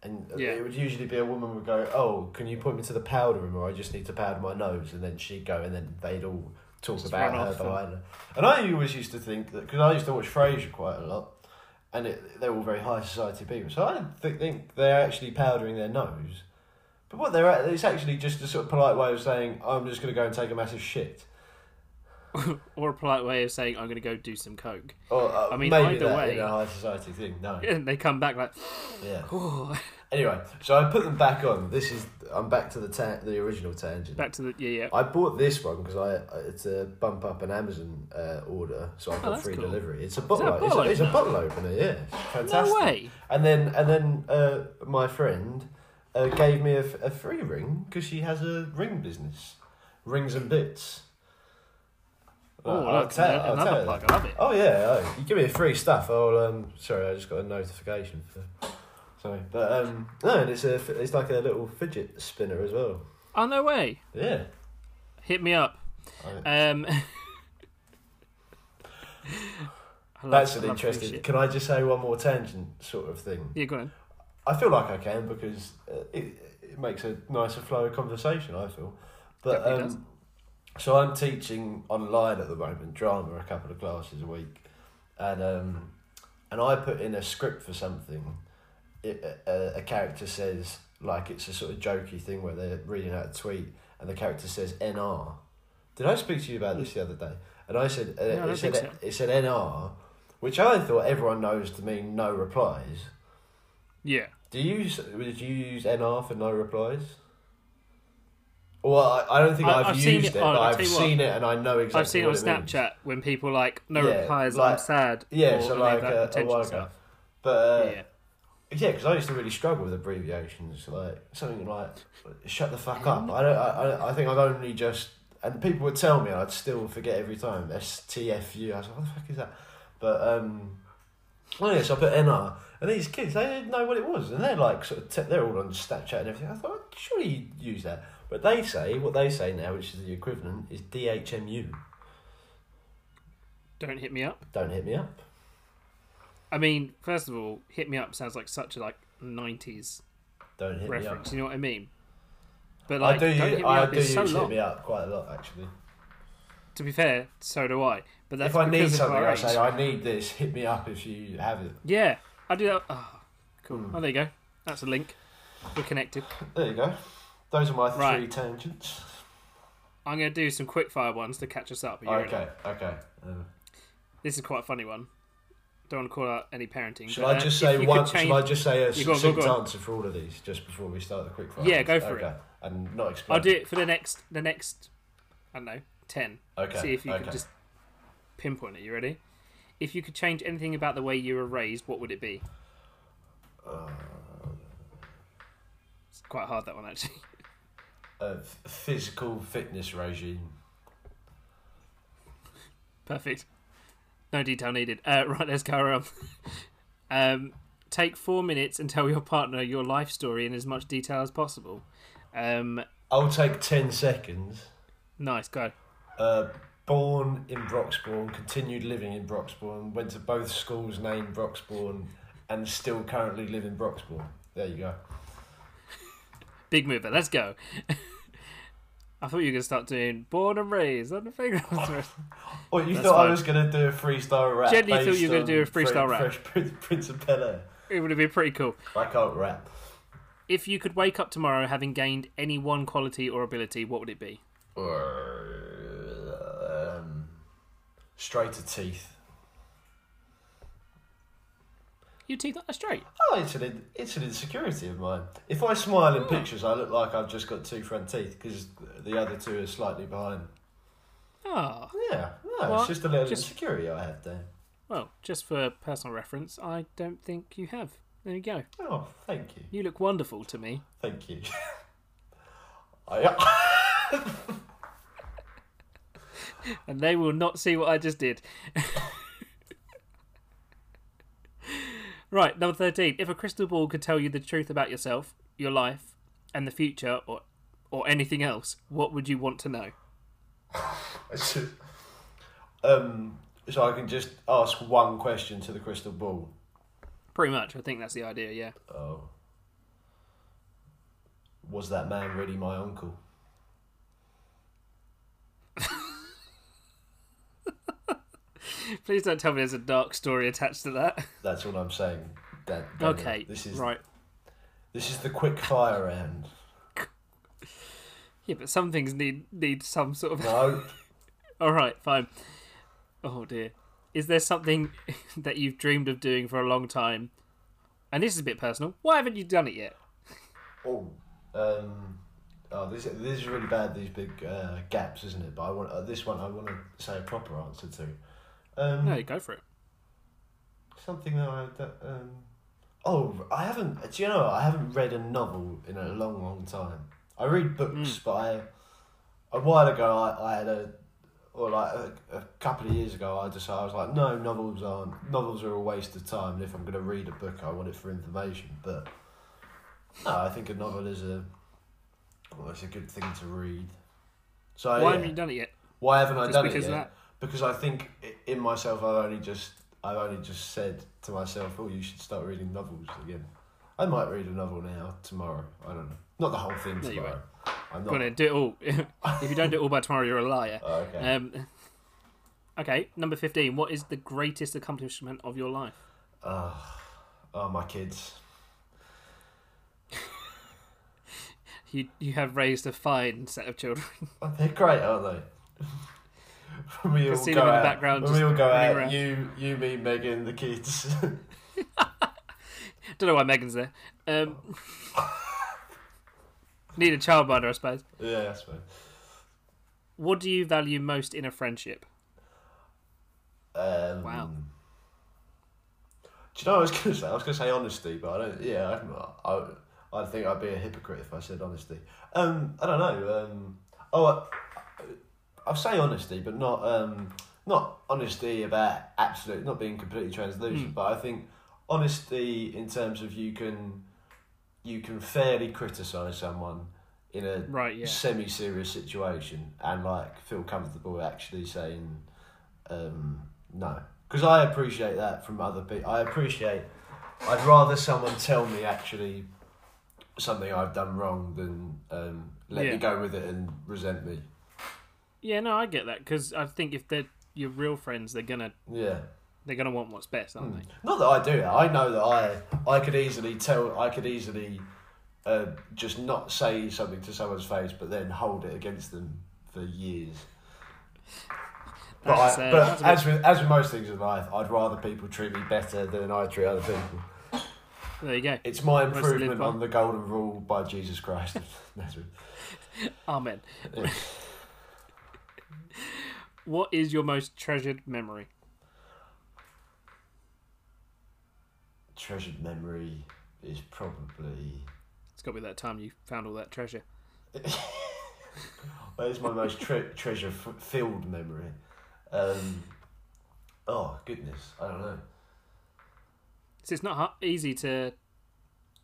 [SPEAKER 2] And uh,
[SPEAKER 1] Yeah.
[SPEAKER 2] it would usually be a woman would go, "Oh, can you point me to the powder room, or I just need to powder my nose?" And then she'd go, and then they'd all talk
[SPEAKER 1] Just
[SPEAKER 2] about
[SPEAKER 1] run
[SPEAKER 2] her
[SPEAKER 1] off and-
[SPEAKER 2] behind her. And I always used to think that because I used to watch Frasier quite a lot, and it, they're all very high society people. So I th- think they're actually powdering their nose. But what they're at, it's actually just a sort of polite way of saying, I'm just going to go and take a massive shit.
[SPEAKER 1] or a polite way of saying, I'm going to go do some coke.
[SPEAKER 2] Or, uh,
[SPEAKER 1] I mean,
[SPEAKER 2] maybe
[SPEAKER 1] either
[SPEAKER 2] that
[SPEAKER 1] way-
[SPEAKER 2] in a high society thing. No.
[SPEAKER 1] And they come back like,
[SPEAKER 2] Yeah.
[SPEAKER 1] oh,
[SPEAKER 2] Anyway, so I put them back on. This is I'm back to the ta- the original tangent.
[SPEAKER 1] Back to the yeah yeah.
[SPEAKER 2] I bought this one because I it's a bump up an Amazon uh, order, so I got
[SPEAKER 1] Oh, that's
[SPEAKER 2] free
[SPEAKER 1] cool.
[SPEAKER 2] delivery. It's a bottle,
[SPEAKER 1] that a
[SPEAKER 2] o- it's, a,
[SPEAKER 1] bottle
[SPEAKER 2] it's
[SPEAKER 1] opener?
[SPEAKER 2] a bottle opener, yeah, It's fantastic.
[SPEAKER 1] No way.
[SPEAKER 2] And then and then uh, my friend uh, gave me a, f- a free ring because she has a ring business, rings and bits.
[SPEAKER 1] Oh,
[SPEAKER 2] Well,
[SPEAKER 1] that's
[SPEAKER 2] tell- I'll tell
[SPEAKER 1] another
[SPEAKER 2] you
[SPEAKER 1] plug.
[SPEAKER 2] that.
[SPEAKER 1] I love it.
[SPEAKER 2] Oh yeah, oh, you give me a free stuff. I'll um, sorry, I just got a notification for. Sorry, but um, no, and it's a f- it's like a little fidget spinner as well.
[SPEAKER 1] Oh no way.
[SPEAKER 2] Yeah.
[SPEAKER 1] Hit me up.
[SPEAKER 2] I-
[SPEAKER 1] Um. I love-
[SPEAKER 2] That's
[SPEAKER 1] I
[SPEAKER 2] an
[SPEAKER 1] love free
[SPEAKER 2] interesting.
[SPEAKER 1] shit.
[SPEAKER 2] Can I just say one more tangent sort of thing?
[SPEAKER 1] Yeah, go on.
[SPEAKER 2] I feel like I can because uh, it, it makes a nicer flow of conversation. I feel, but
[SPEAKER 1] Definitely
[SPEAKER 2] um, so I'm teaching online at the moment drama a couple of classes a week, and um, and I put in a script for something. It, a, a character says like it's a sort of jokey thing where they're reading out a tweet and the character says NR. Did I speak to you about this the other day? And I said uh,
[SPEAKER 1] No, I don't
[SPEAKER 2] it said
[SPEAKER 1] think
[SPEAKER 2] it said NR, which I thought everyone knows to mean no replies.
[SPEAKER 1] Yeah.
[SPEAKER 2] Do you use, did you use NR for no replies? Well, I, I don't think
[SPEAKER 1] I-
[SPEAKER 2] I, have
[SPEAKER 1] I've seen
[SPEAKER 2] used
[SPEAKER 1] it-
[SPEAKER 2] it,
[SPEAKER 1] oh,
[SPEAKER 2] but
[SPEAKER 1] I'll
[SPEAKER 2] I've
[SPEAKER 1] tell you what.
[SPEAKER 2] seen it and I know exactly.
[SPEAKER 1] I've seen it on
[SPEAKER 2] what it means.
[SPEAKER 1] Snapchat when people like no
[SPEAKER 2] Yeah,
[SPEAKER 1] replies, I'm
[SPEAKER 2] like-
[SPEAKER 1] sad.
[SPEAKER 2] Yeah,
[SPEAKER 1] or
[SPEAKER 2] so
[SPEAKER 1] any
[SPEAKER 2] like
[SPEAKER 1] of that
[SPEAKER 2] uh, a
[SPEAKER 1] attention
[SPEAKER 2] while ago.
[SPEAKER 1] stuff.
[SPEAKER 2] But uh,
[SPEAKER 1] yeah.
[SPEAKER 2] yeah, because I used to really struggle with abbreviations, like something like "shut the fuck
[SPEAKER 1] Mm.
[SPEAKER 2] up." I don't. I, I, I think I've only just and people would tell me, and I'd still forget every time. STFU. I was like, "What the fuck is that?" But um, oh yeah, so I put NR, and these kids they didn't know what it was, and they're like sort of te- they're all on Snapchat and everything. I thought surely you'd use that, but they say what they say now, which is the equivalent, is DHMU.
[SPEAKER 1] Don't hit me up.
[SPEAKER 2] Don't hit me up.
[SPEAKER 1] I mean, first of all, hit me up sounds like such a like '90s
[SPEAKER 2] Don't hit
[SPEAKER 1] reference.
[SPEAKER 2] me
[SPEAKER 1] You know what I mean? But
[SPEAKER 2] up.
[SPEAKER 1] like,
[SPEAKER 2] I do.
[SPEAKER 1] don't
[SPEAKER 2] u-
[SPEAKER 1] hit me
[SPEAKER 2] I
[SPEAKER 1] up
[SPEAKER 2] do
[SPEAKER 1] is so
[SPEAKER 2] use hit
[SPEAKER 1] long.
[SPEAKER 2] me up quite a lot actually.
[SPEAKER 1] To be fair, so do I. But that's
[SPEAKER 2] if I need
[SPEAKER 1] because of
[SPEAKER 2] something,
[SPEAKER 1] our
[SPEAKER 2] I
[SPEAKER 1] age.
[SPEAKER 2] say I need this. Hit me up if you have it.
[SPEAKER 1] Yeah, I do that. Oh, cool. Oh, there you go. That's a link. We're connected.
[SPEAKER 2] There you go. Those are my three
[SPEAKER 1] Right.
[SPEAKER 2] tangents.
[SPEAKER 1] I'm going to do some quickfire ones to catch us up. Are you ready?
[SPEAKER 2] okay, okay. Um,
[SPEAKER 1] This is quite a funny one. Don't want to call out any parenting.
[SPEAKER 2] should
[SPEAKER 1] but,
[SPEAKER 2] I
[SPEAKER 1] uh,
[SPEAKER 2] just
[SPEAKER 1] if you
[SPEAKER 2] say
[SPEAKER 1] could
[SPEAKER 2] one?
[SPEAKER 1] change-
[SPEAKER 2] Should I just say a
[SPEAKER 1] You go on,
[SPEAKER 2] succinct
[SPEAKER 1] go on, go on.
[SPEAKER 2] answer for all of these just before we start the quick fire?
[SPEAKER 1] Yeah, go for it.
[SPEAKER 2] okay. And not explain.
[SPEAKER 1] I'll do it for the next, the next, I don't know, 10.
[SPEAKER 2] Okay.
[SPEAKER 1] See if you
[SPEAKER 2] okay.
[SPEAKER 1] can just pinpoint it. You ready? If you could change anything about the way you were raised, what would it be? It's quite hard, that one, actually.
[SPEAKER 2] A f- physical fitness regime.
[SPEAKER 1] Perfect. No detail needed. Uh, right, let's go around. um, take four minutes and tell your partner your life story in as much detail as possible. Um,
[SPEAKER 2] I'll take ten seconds.
[SPEAKER 1] nice, go.
[SPEAKER 2] Uh, born in Broxbourne, continued living in Broxbourne, went to both schools named Broxbourne, and still currently live in Broxbourne. There you go.
[SPEAKER 1] Big mover, let's go. I thought you were going to start doing born and raised on the playground.
[SPEAKER 2] Well, you
[SPEAKER 1] That's
[SPEAKER 2] thought
[SPEAKER 1] fine.
[SPEAKER 2] I was going to do a freestyle rap.
[SPEAKER 1] Genuinely thought
[SPEAKER 2] based
[SPEAKER 1] you were gonna
[SPEAKER 2] on
[SPEAKER 1] do a freestyle
[SPEAKER 2] Fre-
[SPEAKER 1] rap.
[SPEAKER 2] Fresh Prince, Prince of Bel Air.
[SPEAKER 1] it would have been pretty cool.
[SPEAKER 2] I can't rap.
[SPEAKER 1] If you could wake up tomorrow having gained any one quality or ability, what would it be?
[SPEAKER 2] Um, straighter teeth.
[SPEAKER 1] Your teeth are straight.
[SPEAKER 2] Oh, it's an in- it's an insecurity of mine. If I smile in
[SPEAKER 1] Hmm.
[SPEAKER 2] pictures, I look like I've just got two front teeth because the other two are slightly behind.
[SPEAKER 1] Ah,
[SPEAKER 2] Yeah, no,
[SPEAKER 1] What?
[SPEAKER 2] it's just a little
[SPEAKER 1] Just-
[SPEAKER 2] insecurity I have there.
[SPEAKER 1] well, just for personal reference, I don't think you have. There you go.
[SPEAKER 2] Oh, thank you,
[SPEAKER 1] You look wonderful to me.
[SPEAKER 2] thank you. I,
[SPEAKER 1] and they will not see what I just did. right, number 13. If a crystal ball could tell you the truth about yourself, your life, and the future, or or anything else, what would you want to know?
[SPEAKER 2] It's just- um, so I can just ask one question to the crystal ball.
[SPEAKER 1] Pretty much, I think that's the idea, yeah.
[SPEAKER 2] Oh. Was that man really my uncle?
[SPEAKER 1] Please don't tell me there's a dark story attached to that.
[SPEAKER 2] That's all I'm saying. That,
[SPEAKER 1] Okay,
[SPEAKER 2] Oh, This is
[SPEAKER 1] right.
[SPEAKER 2] This is the quick fire round.
[SPEAKER 1] Yeah, but some things need need some sort of
[SPEAKER 2] No,
[SPEAKER 1] All right, fine. Oh dear. Is there something that you've dreamed of doing for a long time and this is a bit personal. Why haven't you done it yet?
[SPEAKER 2] Oh, um, oh, this this is really bad. These big uh, gaps, isn't it? But I want uh, this one. I want to say a proper answer to. Um,
[SPEAKER 1] No, go for it.
[SPEAKER 2] Something that I that, um, oh I haven't. Do you know I haven't read a novel in a long, long time. I read books, but I a while ago I, I had a or like a, a couple of years ago I decided I was like no novels aren't novels are a waste of time. And if I'm gonna read a book, I want it for information. But no, I think a novel is a well, it's a good thing to read. So
[SPEAKER 1] Why
[SPEAKER 2] Oh, yeah.
[SPEAKER 1] haven't you done it yet?
[SPEAKER 2] Why haven't I
[SPEAKER 1] Just
[SPEAKER 2] done
[SPEAKER 1] because
[SPEAKER 2] it
[SPEAKER 1] of
[SPEAKER 2] yet?
[SPEAKER 1] that?
[SPEAKER 2] Because I think i- in myself, I've only just I've only just said to myself, "Oh, you should start reading novels again." I might read a novel now tomorrow. I don't know. Not the whole thing
[SPEAKER 1] No, you
[SPEAKER 2] tomorrow. I'm
[SPEAKER 1] Go on
[SPEAKER 2] not.
[SPEAKER 1] then, do it all. if you don't do it all by tomorrow, you're a liar.
[SPEAKER 2] Oh, okay.
[SPEAKER 1] Um, okay, number 15. What is the greatest accomplishment of your life?
[SPEAKER 2] Ah, oh, my kids.
[SPEAKER 1] You, you have raised a fine set of children.
[SPEAKER 2] Oh, they're great, aren't they? when we all
[SPEAKER 1] see
[SPEAKER 2] go
[SPEAKER 1] them in the
[SPEAKER 2] out,
[SPEAKER 1] background
[SPEAKER 2] when
[SPEAKER 1] just
[SPEAKER 2] we all go out,
[SPEAKER 1] running around.
[SPEAKER 2] you, you, me, Megan, the kids.
[SPEAKER 1] Don't know why Megan's there. Um, need a childminder, I suppose.
[SPEAKER 2] yeah, that's fine.
[SPEAKER 1] What do you value most in a friendship?
[SPEAKER 2] Um,
[SPEAKER 1] Wow.
[SPEAKER 2] Do you know what I was going to say? I was going to say honesty, but I don't. Yeah, I, don't- I, I think I'd be a hypocrite if I said honesty. Um, I don't know. Um, oh, I, I say honesty, but not um, not honesty about absolute, not being completely translucent. But I think honesty in terms of you can you can fairly criticize someone in a
[SPEAKER 1] Right, yeah.
[SPEAKER 2] semi-serious situation and like feel comfortable actually saying um, no because i appreciate that from other people i appreciate i'd rather someone tell me actually something i've done wrong than um, let
[SPEAKER 1] Yeah.
[SPEAKER 2] me go with it and resent me
[SPEAKER 1] Yeah, no, I get that because I think if they're your real friends, they're gonna
[SPEAKER 2] yeah
[SPEAKER 1] they're gonna want what's best, aren't they?
[SPEAKER 2] Not that I do it. I know that I I could easily tell. I could easily uh, just not say something to someone's face, but then hold it against them for years. But,
[SPEAKER 1] That's,
[SPEAKER 2] I,
[SPEAKER 1] uh,
[SPEAKER 2] but
[SPEAKER 1] that's a
[SPEAKER 2] as with as with most things in life, I'd rather people treat me better than I treat other people.
[SPEAKER 1] There you go.
[SPEAKER 2] It's my
[SPEAKER 1] to live
[SPEAKER 2] improvement
[SPEAKER 1] by.
[SPEAKER 2] on the golden rule by Jesus Christ. That's right.
[SPEAKER 1] Amen. what is your most treasured memory?
[SPEAKER 2] Treasured memory is probably
[SPEAKER 1] It's got to be that time you found all that treasure.
[SPEAKER 2] That is my most tre- treasure f- filled memory. Um, oh, goodness. I don't know.
[SPEAKER 1] 'Cause it's not hu- easy to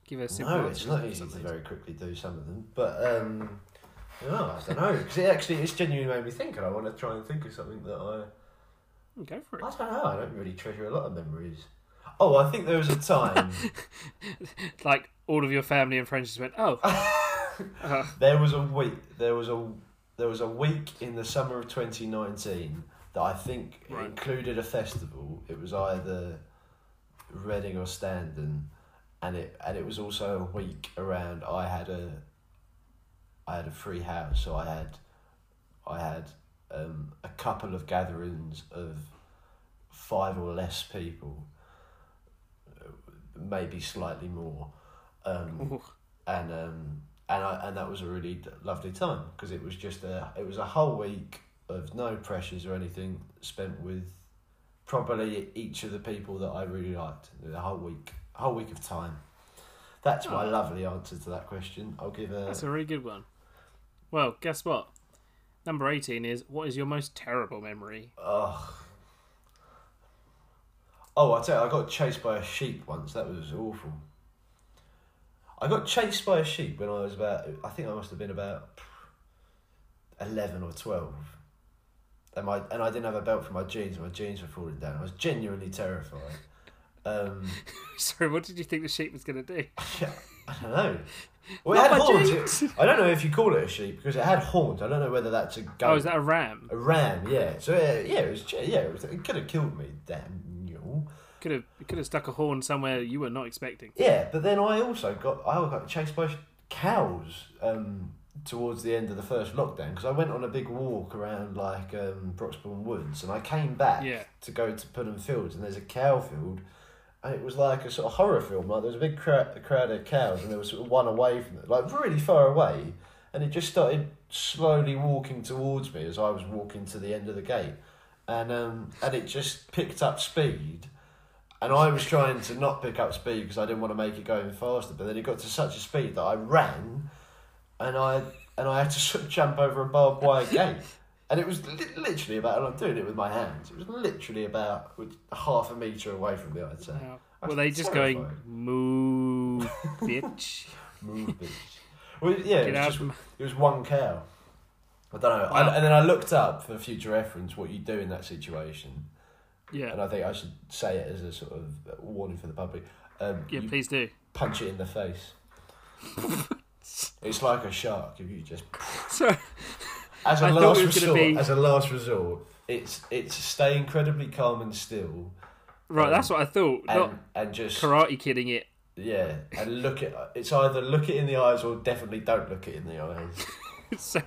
[SPEAKER 1] give a simple
[SPEAKER 2] no,
[SPEAKER 1] answer,
[SPEAKER 2] it's
[SPEAKER 1] is
[SPEAKER 2] not
[SPEAKER 1] it,
[SPEAKER 2] easy to
[SPEAKER 1] sometimes?
[SPEAKER 2] very quickly do some of them. But, um, no, I don't know. Because it actually, it's genuinely made me think, and I want to try and think of something that I.
[SPEAKER 1] Go for
[SPEAKER 2] I don't know. I don't really treasure a lot of memories. Oh, I think there was a time.
[SPEAKER 1] it. Like all of your family and friends just went, "Oh,
[SPEAKER 2] there was a week. There was a there was a week in the summer of twenty nineteen that I think
[SPEAKER 1] Right.
[SPEAKER 2] included a festival. It was either Reading or Standon, and it and it was also a week around. I had a I had a free house, so I had I had um, a couple of gatherings of five or less people, uh, maybe slightly more. Um,
[SPEAKER 1] Ooh.
[SPEAKER 2] and um and I and that was a really d- lovely time because it was just a it was a whole week of no pressures or anything spent with probably each of the people that I really liked the whole week whole week of time. That's my
[SPEAKER 1] Oh.
[SPEAKER 2] lovely answer to that question. I'll give a
[SPEAKER 1] that's a really good one." Well, guess what? Number eighteen is what is your most terrible memory?
[SPEAKER 2] oh. Oh, I tell you, I got chased by a sheep once. That was awful. I got chased by a sheep when I was about, I think I must have been about 11 or 12. And, my, and I didn't have a belt for my jeans, and my jeans were falling down. I was genuinely terrified. Um,
[SPEAKER 1] Sorry, what did you think the sheep was going to do?
[SPEAKER 2] I don't know. Well,
[SPEAKER 1] Not
[SPEAKER 2] it had
[SPEAKER 1] my
[SPEAKER 2] horns.
[SPEAKER 1] jeans.
[SPEAKER 2] It- I don't know if you call it a sheep because it had horns. I don't know whether that's a goat.
[SPEAKER 1] Oh, is that a ram?
[SPEAKER 2] A ram, yeah. So uh, yeah, it was yeah, it, was, it could have killed me, Daniel.
[SPEAKER 1] Could have could have stuck a horn somewhere you were not expecting.
[SPEAKER 2] Yeah, but then I also got I got chased by cows um, towards the end of the first lockdown because I went on a big walk around like um, Broxbourne Woods and I came back
[SPEAKER 1] Yeah.
[SPEAKER 2] to go to Putnam Fields and there's a cow field and it was like a sort of horror film. Like there was a big crowd, a crowd of cows, and there was sort of one away from it, like really far away, and it just started slowly walking towards me as I was walking to the end of the gate, and um, and it just picked up speed, and I was trying to not pick up speed because I didn't want to make it go any faster, but then it got to such a speed that I ran, and I and I had to sort of jump over a barbed wire gate. And it was li- literally about, and I'm doing it with my hands. It was literally about half a meter away from me. I'd say.
[SPEAKER 1] Now, were they just going
[SPEAKER 2] terrifying.
[SPEAKER 1] moo, bitch?
[SPEAKER 2] Move, bitch. Well, yeah,
[SPEAKER 1] Get
[SPEAKER 2] it
[SPEAKER 1] out
[SPEAKER 2] was, just,
[SPEAKER 1] from-
[SPEAKER 2] it was one cow. I don't know.
[SPEAKER 1] Wow.
[SPEAKER 2] I, and then I looked up for future reference what you do in that situation.
[SPEAKER 1] Yeah,
[SPEAKER 2] And I think I should say it as a sort of warning for the public. Um,
[SPEAKER 1] yeah.
[SPEAKER 2] you
[SPEAKER 1] Please do.
[SPEAKER 2] punch it in the face. it's like a shark if you just
[SPEAKER 1] So
[SPEAKER 2] as a
[SPEAKER 1] I thought
[SPEAKER 2] last
[SPEAKER 1] it was gonna
[SPEAKER 2] resort.
[SPEAKER 1] be-
[SPEAKER 2] As a last resort, it's it's stay incredibly calm and still,
[SPEAKER 1] right,
[SPEAKER 2] Um,
[SPEAKER 1] that's what I thought.
[SPEAKER 2] and
[SPEAKER 1] Not
[SPEAKER 2] and just
[SPEAKER 1] karate kidding it.
[SPEAKER 2] yeah, and look it. It's either look it in the eyes or definitely don't look it in the eyes.
[SPEAKER 1] So,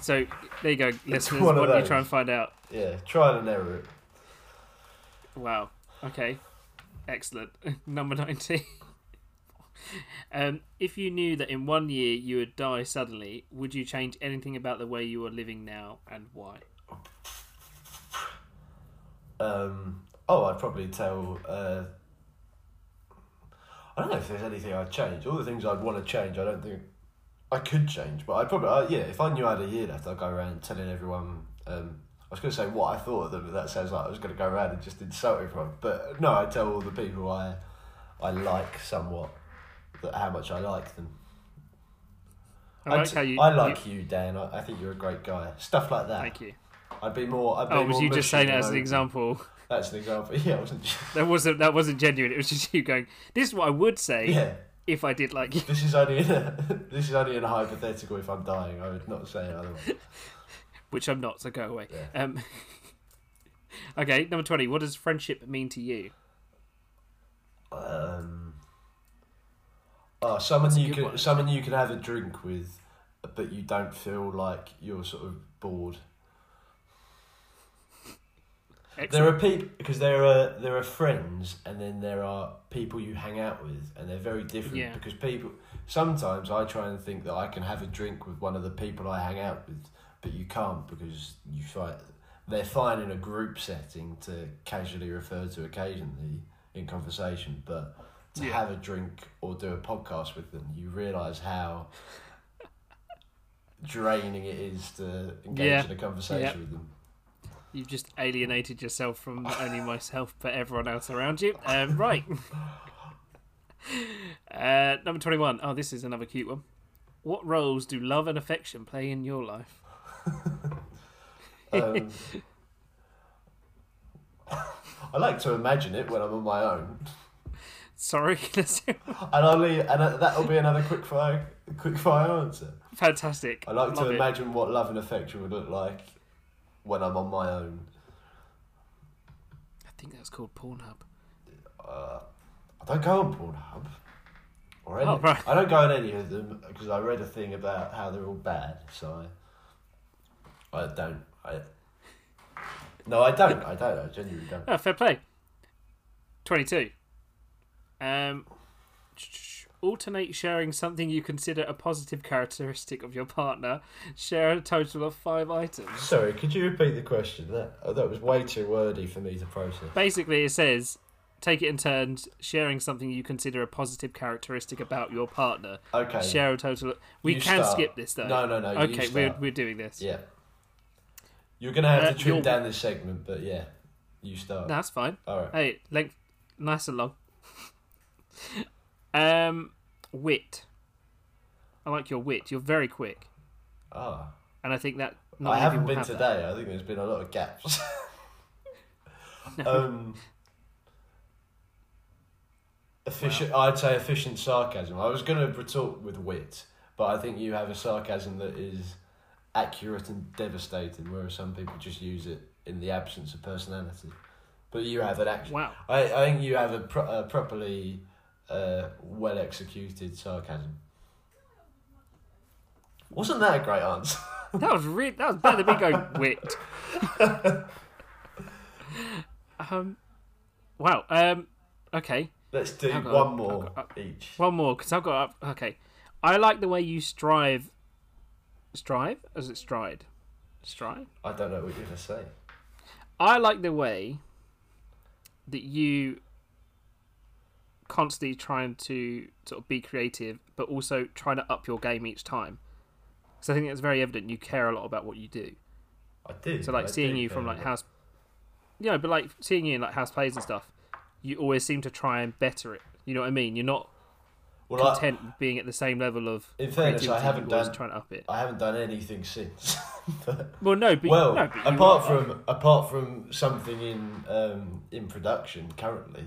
[SPEAKER 1] so there you go, listeners.
[SPEAKER 2] one
[SPEAKER 1] Why
[SPEAKER 2] of
[SPEAKER 1] don't you
[SPEAKER 2] those.
[SPEAKER 1] try and find out?
[SPEAKER 2] Yeah, trial and error.
[SPEAKER 1] Wow. Okay. Excellent. Number 19. um, if you knew that in one year you would die suddenly, would you change anything about the way you are living now and why?
[SPEAKER 2] Um, oh, I'd probably tell. Uh, I don't know if there's anything I'd change. All the things I'd want to change, I don't think I could change. But I'd probably, uh, yeah, if I knew I had a year left, I'd go around telling everyone. Um, I was going to say what I thought of them, but that sounds like I was going to go around and just insult everyone. But no, I'd tell all the people I, I like somewhat, that how much I like them.
[SPEAKER 1] I like
[SPEAKER 2] I'd-
[SPEAKER 1] how you.
[SPEAKER 2] I
[SPEAKER 1] you-
[SPEAKER 2] like you, Dan. I, I think you're a great guy. Stuff like that.
[SPEAKER 1] thank you.
[SPEAKER 2] I'd be more. I'd be
[SPEAKER 1] Oh, was
[SPEAKER 2] more
[SPEAKER 1] you
[SPEAKER 2] mushy
[SPEAKER 1] just saying
[SPEAKER 2] than
[SPEAKER 1] that as an
[SPEAKER 2] open.
[SPEAKER 1] example?
[SPEAKER 2] That's an example. Yeah, I wasn't.
[SPEAKER 1] That wasn't that wasn't genuine. It was just you going. This is what I would say
[SPEAKER 2] Yeah.
[SPEAKER 1] if I did like you.
[SPEAKER 2] This is only in a, this is only in a hypothetical. If I'm dying, I would not say it otherwise.
[SPEAKER 1] which I'm not, so go away. Um, okay, number 20. What does friendship mean to you?
[SPEAKER 2] Um, oh, someone you
[SPEAKER 1] good
[SPEAKER 2] can
[SPEAKER 1] one.
[SPEAKER 2] someone you can have a drink with, but you don't feel like you're sort of bored. There
[SPEAKER 1] Excellent.
[SPEAKER 2] are people because there are there are friends, and then there are people you hang out with, and they're very different.
[SPEAKER 1] Yeah.
[SPEAKER 2] Because people sometimes I try and think that I can have a drink with one of the people I hang out with, but you can't because you fight. They're fine in a group setting to casually refer to occasionally in conversation, but to
[SPEAKER 1] Yeah.
[SPEAKER 2] have a drink or do a podcast with them, you realise how draining it is to engage
[SPEAKER 1] Yeah.
[SPEAKER 2] in a conversation
[SPEAKER 1] Yep.
[SPEAKER 2] with them.
[SPEAKER 1] You've just alienated yourself from not only myself, but everyone else around you. Um, right. uh, number 21. Oh, this is another cute one. What roles do love and affection play in your life?
[SPEAKER 2] Um, I like to imagine it when I'm on my own,
[SPEAKER 1] Sorry, that's
[SPEAKER 2] and I'll leave, and uh, that'll be another quick fire, quick fire answer.
[SPEAKER 1] fantastic.
[SPEAKER 2] I like
[SPEAKER 1] Love
[SPEAKER 2] to
[SPEAKER 1] it.
[SPEAKER 2] imagine what love and affection would look like when I'm on my own.
[SPEAKER 1] I think that's called Pornhub.
[SPEAKER 2] Uh, I don't go on Pornhub. Or any,
[SPEAKER 1] Oh, right.
[SPEAKER 2] I don't go on any of them because I read a thing about how they're all bad, so I, I don't. I no, I don't. I don't. I genuinely don't.
[SPEAKER 1] Oh, fair play. 22. Um, alternate sharing something you consider a positive characteristic of your partner. Share a total of five items.
[SPEAKER 2] Sorry, could you repeat the question? That oh, that was way too wordy for me to process.
[SPEAKER 1] Basically, it says take it in turns, sharing something you consider a positive characteristic about your partner.
[SPEAKER 2] Okay.
[SPEAKER 1] Share a total. Of... We
[SPEAKER 2] You
[SPEAKER 1] can
[SPEAKER 2] start.
[SPEAKER 1] skip this though.
[SPEAKER 2] No, no, no, you
[SPEAKER 1] Okay, we're,
[SPEAKER 2] start.
[SPEAKER 1] we're doing this.
[SPEAKER 2] Yeah. You're gonna have
[SPEAKER 1] Uh,
[SPEAKER 2] to trim
[SPEAKER 1] you'll-
[SPEAKER 2] down this segment, but yeah, you start.
[SPEAKER 1] No, that's fine.
[SPEAKER 2] All right.
[SPEAKER 1] Hey, length, nice and long. um, wit. I like your wit. You're very quick,
[SPEAKER 2] Ah,
[SPEAKER 1] and I think that not
[SPEAKER 2] I
[SPEAKER 1] many
[SPEAKER 2] haven't
[SPEAKER 1] people
[SPEAKER 2] been
[SPEAKER 1] have
[SPEAKER 2] today.
[SPEAKER 1] that.
[SPEAKER 2] I think there's been a lot of gaps. um, efficient. I'd say efficient sarcasm. I was gonna retort with wit, but I think you have a sarcasm that is accurate and devastating, whereas some people just use it in the absence of personality. But you have an action.
[SPEAKER 1] Wow.
[SPEAKER 2] I, I think you have a, pro- a properly uh, well executed sarcasm. Wasn't that a great answer?
[SPEAKER 1] That was really that was better than me going wit. um, wow. Um, Okay,
[SPEAKER 2] Let's do
[SPEAKER 1] I've got-
[SPEAKER 2] one
[SPEAKER 1] I've
[SPEAKER 2] more
[SPEAKER 1] got-
[SPEAKER 2] each.
[SPEAKER 1] one more because I've got up. Okay, I like the way you strive. Strive? Is it stride? Strive.
[SPEAKER 2] I don't know what you're gonna say.
[SPEAKER 1] I like the way that you constantly trying to sort of be creative, but also trying to up your game each time. Because I think it's very evident you care a lot about what you do.
[SPEAKER 2] I do.
[SPEAKER 1] So like
[SPEAKER 2] I
[SPEAKER 1] seeing
[SPEAKER 2] do
[SPEAKER 1] you from
[SPEAKER 2] care
[SPEAKER 1] like
[SPEAKER 2] about-
[SPEAKER 1] house, you know, but like seeing you in like house plays and stuff, you always seem to try and better it. You know what I mean? You're not
[SPEAKER 2] Well, I,
[SPEAKER 1] content with being at the same level of.
[SPEAKER 2] In fairness, I
[SPEAKER 1] creativity,
[SPEAKER 2] haven't
[SPEAKER 1] you're always
[SPEAKER 2] done-
[SPEAKER 1] trying to up it.
[SPEAKER 2] I haven't done anything since.
[SPEAKER 1] Well, no, but
[SPEAKER 2] well,
[SPEAKER 1] no, but you
[SPEAKER 2] apart
[SPEAKER 1] are.
[SPEAKER 2] from apart from something in um, in production currently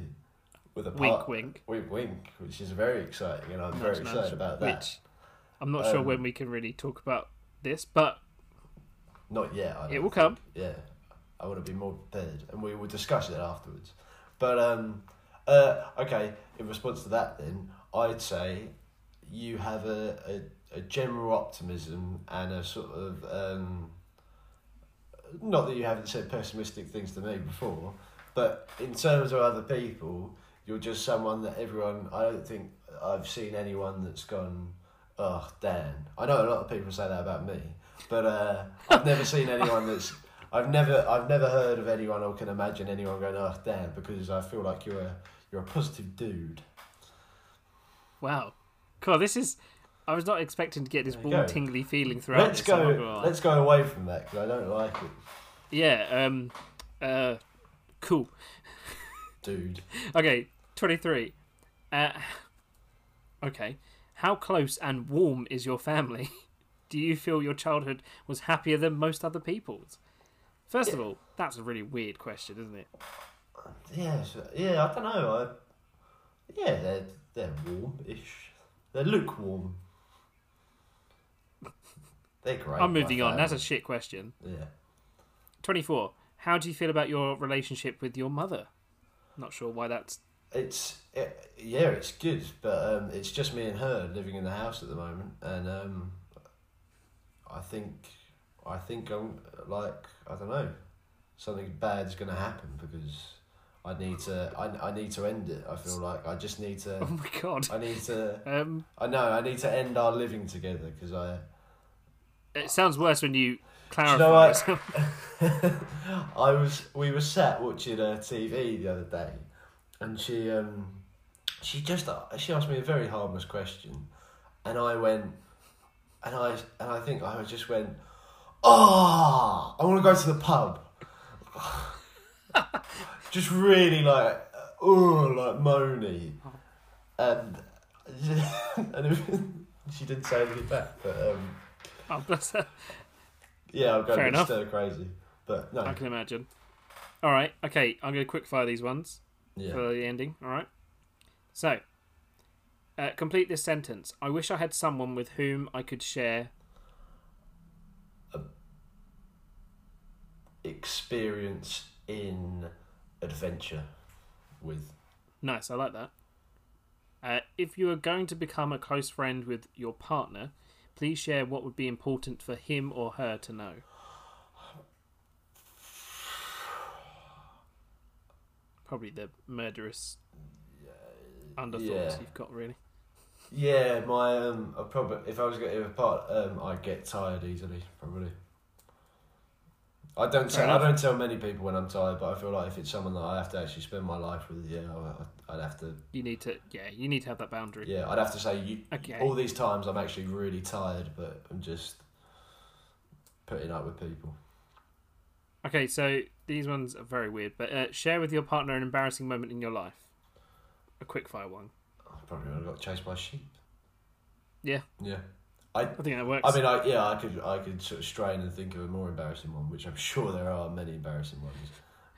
[SPEAKER 2] with a
[SPEAKER 1] Wink,
[SPEAKER 2] part,
[SPEAKER 1] wink.
[SPEAKER 2] wink wink, which is very exciting, and I'm
[SPEAKER 1] Nudge,
[SPEAKER 2] very
[SPEAKER 1] nudge,
[SPEAKER 2] excited about that.
[SPEAKER 1] Which I'm not sure
[SPEAKER 2] Um,
[SPEAKER 1] when we can really talk about this, but
[SPEAKER 2] Not yet. I don't
[SPEAKER 1] it will
[SPEAKER 2] think.
[SPEAKER 1] come.
[SPEAKER 2] Yeah, I want to be more prepared, and we will discuss it afterwards. But um, uh, okay. In response to that, then I'd say you have a a, a general optimism and a sort of um, not that you haven't said pessimistic things to me before, but in terms of other people, you're just someone that everyone. I don't think I've seen anyone that's gone. Oh, Dan. I know a lot of people say that about me, but uh, I've never seen anyone that's. I've never, I've never heard of anyone or can imagine anyone going, "Oh, Dan," because I feel like you're a, you're a positive dude.
[SPEAKER 1] Wow, God, this is. I was not expecting to get this
[SPEAKER 2] There you
[SPEAKER 1] warm,
[SPEAKER 2] go.
[SPEAKER 1] tingly feeling throughout.
[SPEAKER 2] Let's
[SPEAKER 1] this, I'm not gonna
[SPEAKER 2] go,
[SPEAKER 1] lie.
[SPEAKER 2] let's go away from that because I don't like it,
[SPEAKER 1] Yeah. Um. Uh. Cool.
[SPEAKER 2] dude.
[SPEAKER 1] Okay. Twenty-three. Uh. Okay. How close and warm is your family? Do you feel your childhood was happier than most other people's? First of all, that's a really weird question, isn't it?
[SPEAKER 2] Yeah, so- yeah. I don't know. I, yeah, they're they're warm-ish. They're lukewarm. They're great.
[SPEAKER 1] I'm
[SPEAKER 2] my
[SPEAKER 1] moving on. That's a
[SPEAKER 2] family.
[SPEAKER 1] shit question.
[SPEAKER 2] yeah.
[SPEAKER 1] 24. How do you feel about your relationship with your mother? Not sure why that's.
[SPEAKER 2] It's it, yeah, it's good, but um, it's just me and her living in the house at the moment, and um, I think I think I'm like I don't know something bad's gonna happen because I need to I, I need to end it. I feel like I just need
[SPEAKER 1] Oh
[SPEAKER 2] to
[SPEAKER 1] my god.
[SPEAKER 2] I need to
[SPEAKER 1] Um,
[SPEAKER 2] I know I need to end our living together because I
[SPEAKER 1] it sounds worse when you clarify.
[SPEAKER 2] you know what?
[SPEAKER 1] yourself.
[SPEAKER 2] I was we were sat watching uh, TV the other day, and she um she just uh, she asked me a very harmless question, and I went, and I and I think I just went, oh, I want to go to the pub. just really like oh like moany, and and it- she didn't say anything back, but um
[SPEAKER 1] Oh, bless her.
[SPEAKER 2] yeah, I'm
[SPEAKER 1] Fair
[SPEAKER 2] going
[SPEAKER 1] enough.
[SPEAKER 2] stir crazy. But no,
[SPEAKER 1] I can imagine. All right, okay. I'm going to quick fire these ones
[SPEAKER 2] yeah.
[SPEAKER 1] for the ending. All right. So, uh, complete this sentence. I wish I had someone with whom I could share.
[SPEAKER 2] experience in adventure with
[SPEAKER 1] Nice, I like that. Uh, if you are going to become a close friend with your partner, please share what would be important for him or her to know. Probably the murderous underthoughts
[SPEAKER 2] yeah.
[SPEAKER 1] you've got, really.
[SPEAKER 2] yeah my um I probably if I was getting a part um I'd get tired easily probably I don't
[SPEAKER 1] Fair
[SPEAKER 2] tell I
[SPEAKER 1] enough.
[SPEAKER 2] don't tell many people when I'm tired but I feel like if it's someone that I have to actually spend my life with yeah I, I'd have to
[SPEAKER 1] You need to, yeah, you need to have that boundary.
[SPEAKER 2] yeah I'd have to say you,
[SPEAKER 1] Okay.
[SPEAKER 2] all these times I'm actually really tired but I'm just putting up with people
[SPEAKER 1] Okay, so these ones are very weird, but uh, share with your partner an embarrassing moment in your life. A quickfire one.
[SPEAKER 2] I probably would have got chased by sheep
[SPEAKER 1] Yeah.
[SPEAKER 2] yeah
[SPEAKER 1] I think that works.
[SPEAKER 2] I mean, I, yeah, I could I could sort of strain and think of a more embarrassing one, which I'm sure there are many embarrassing ones.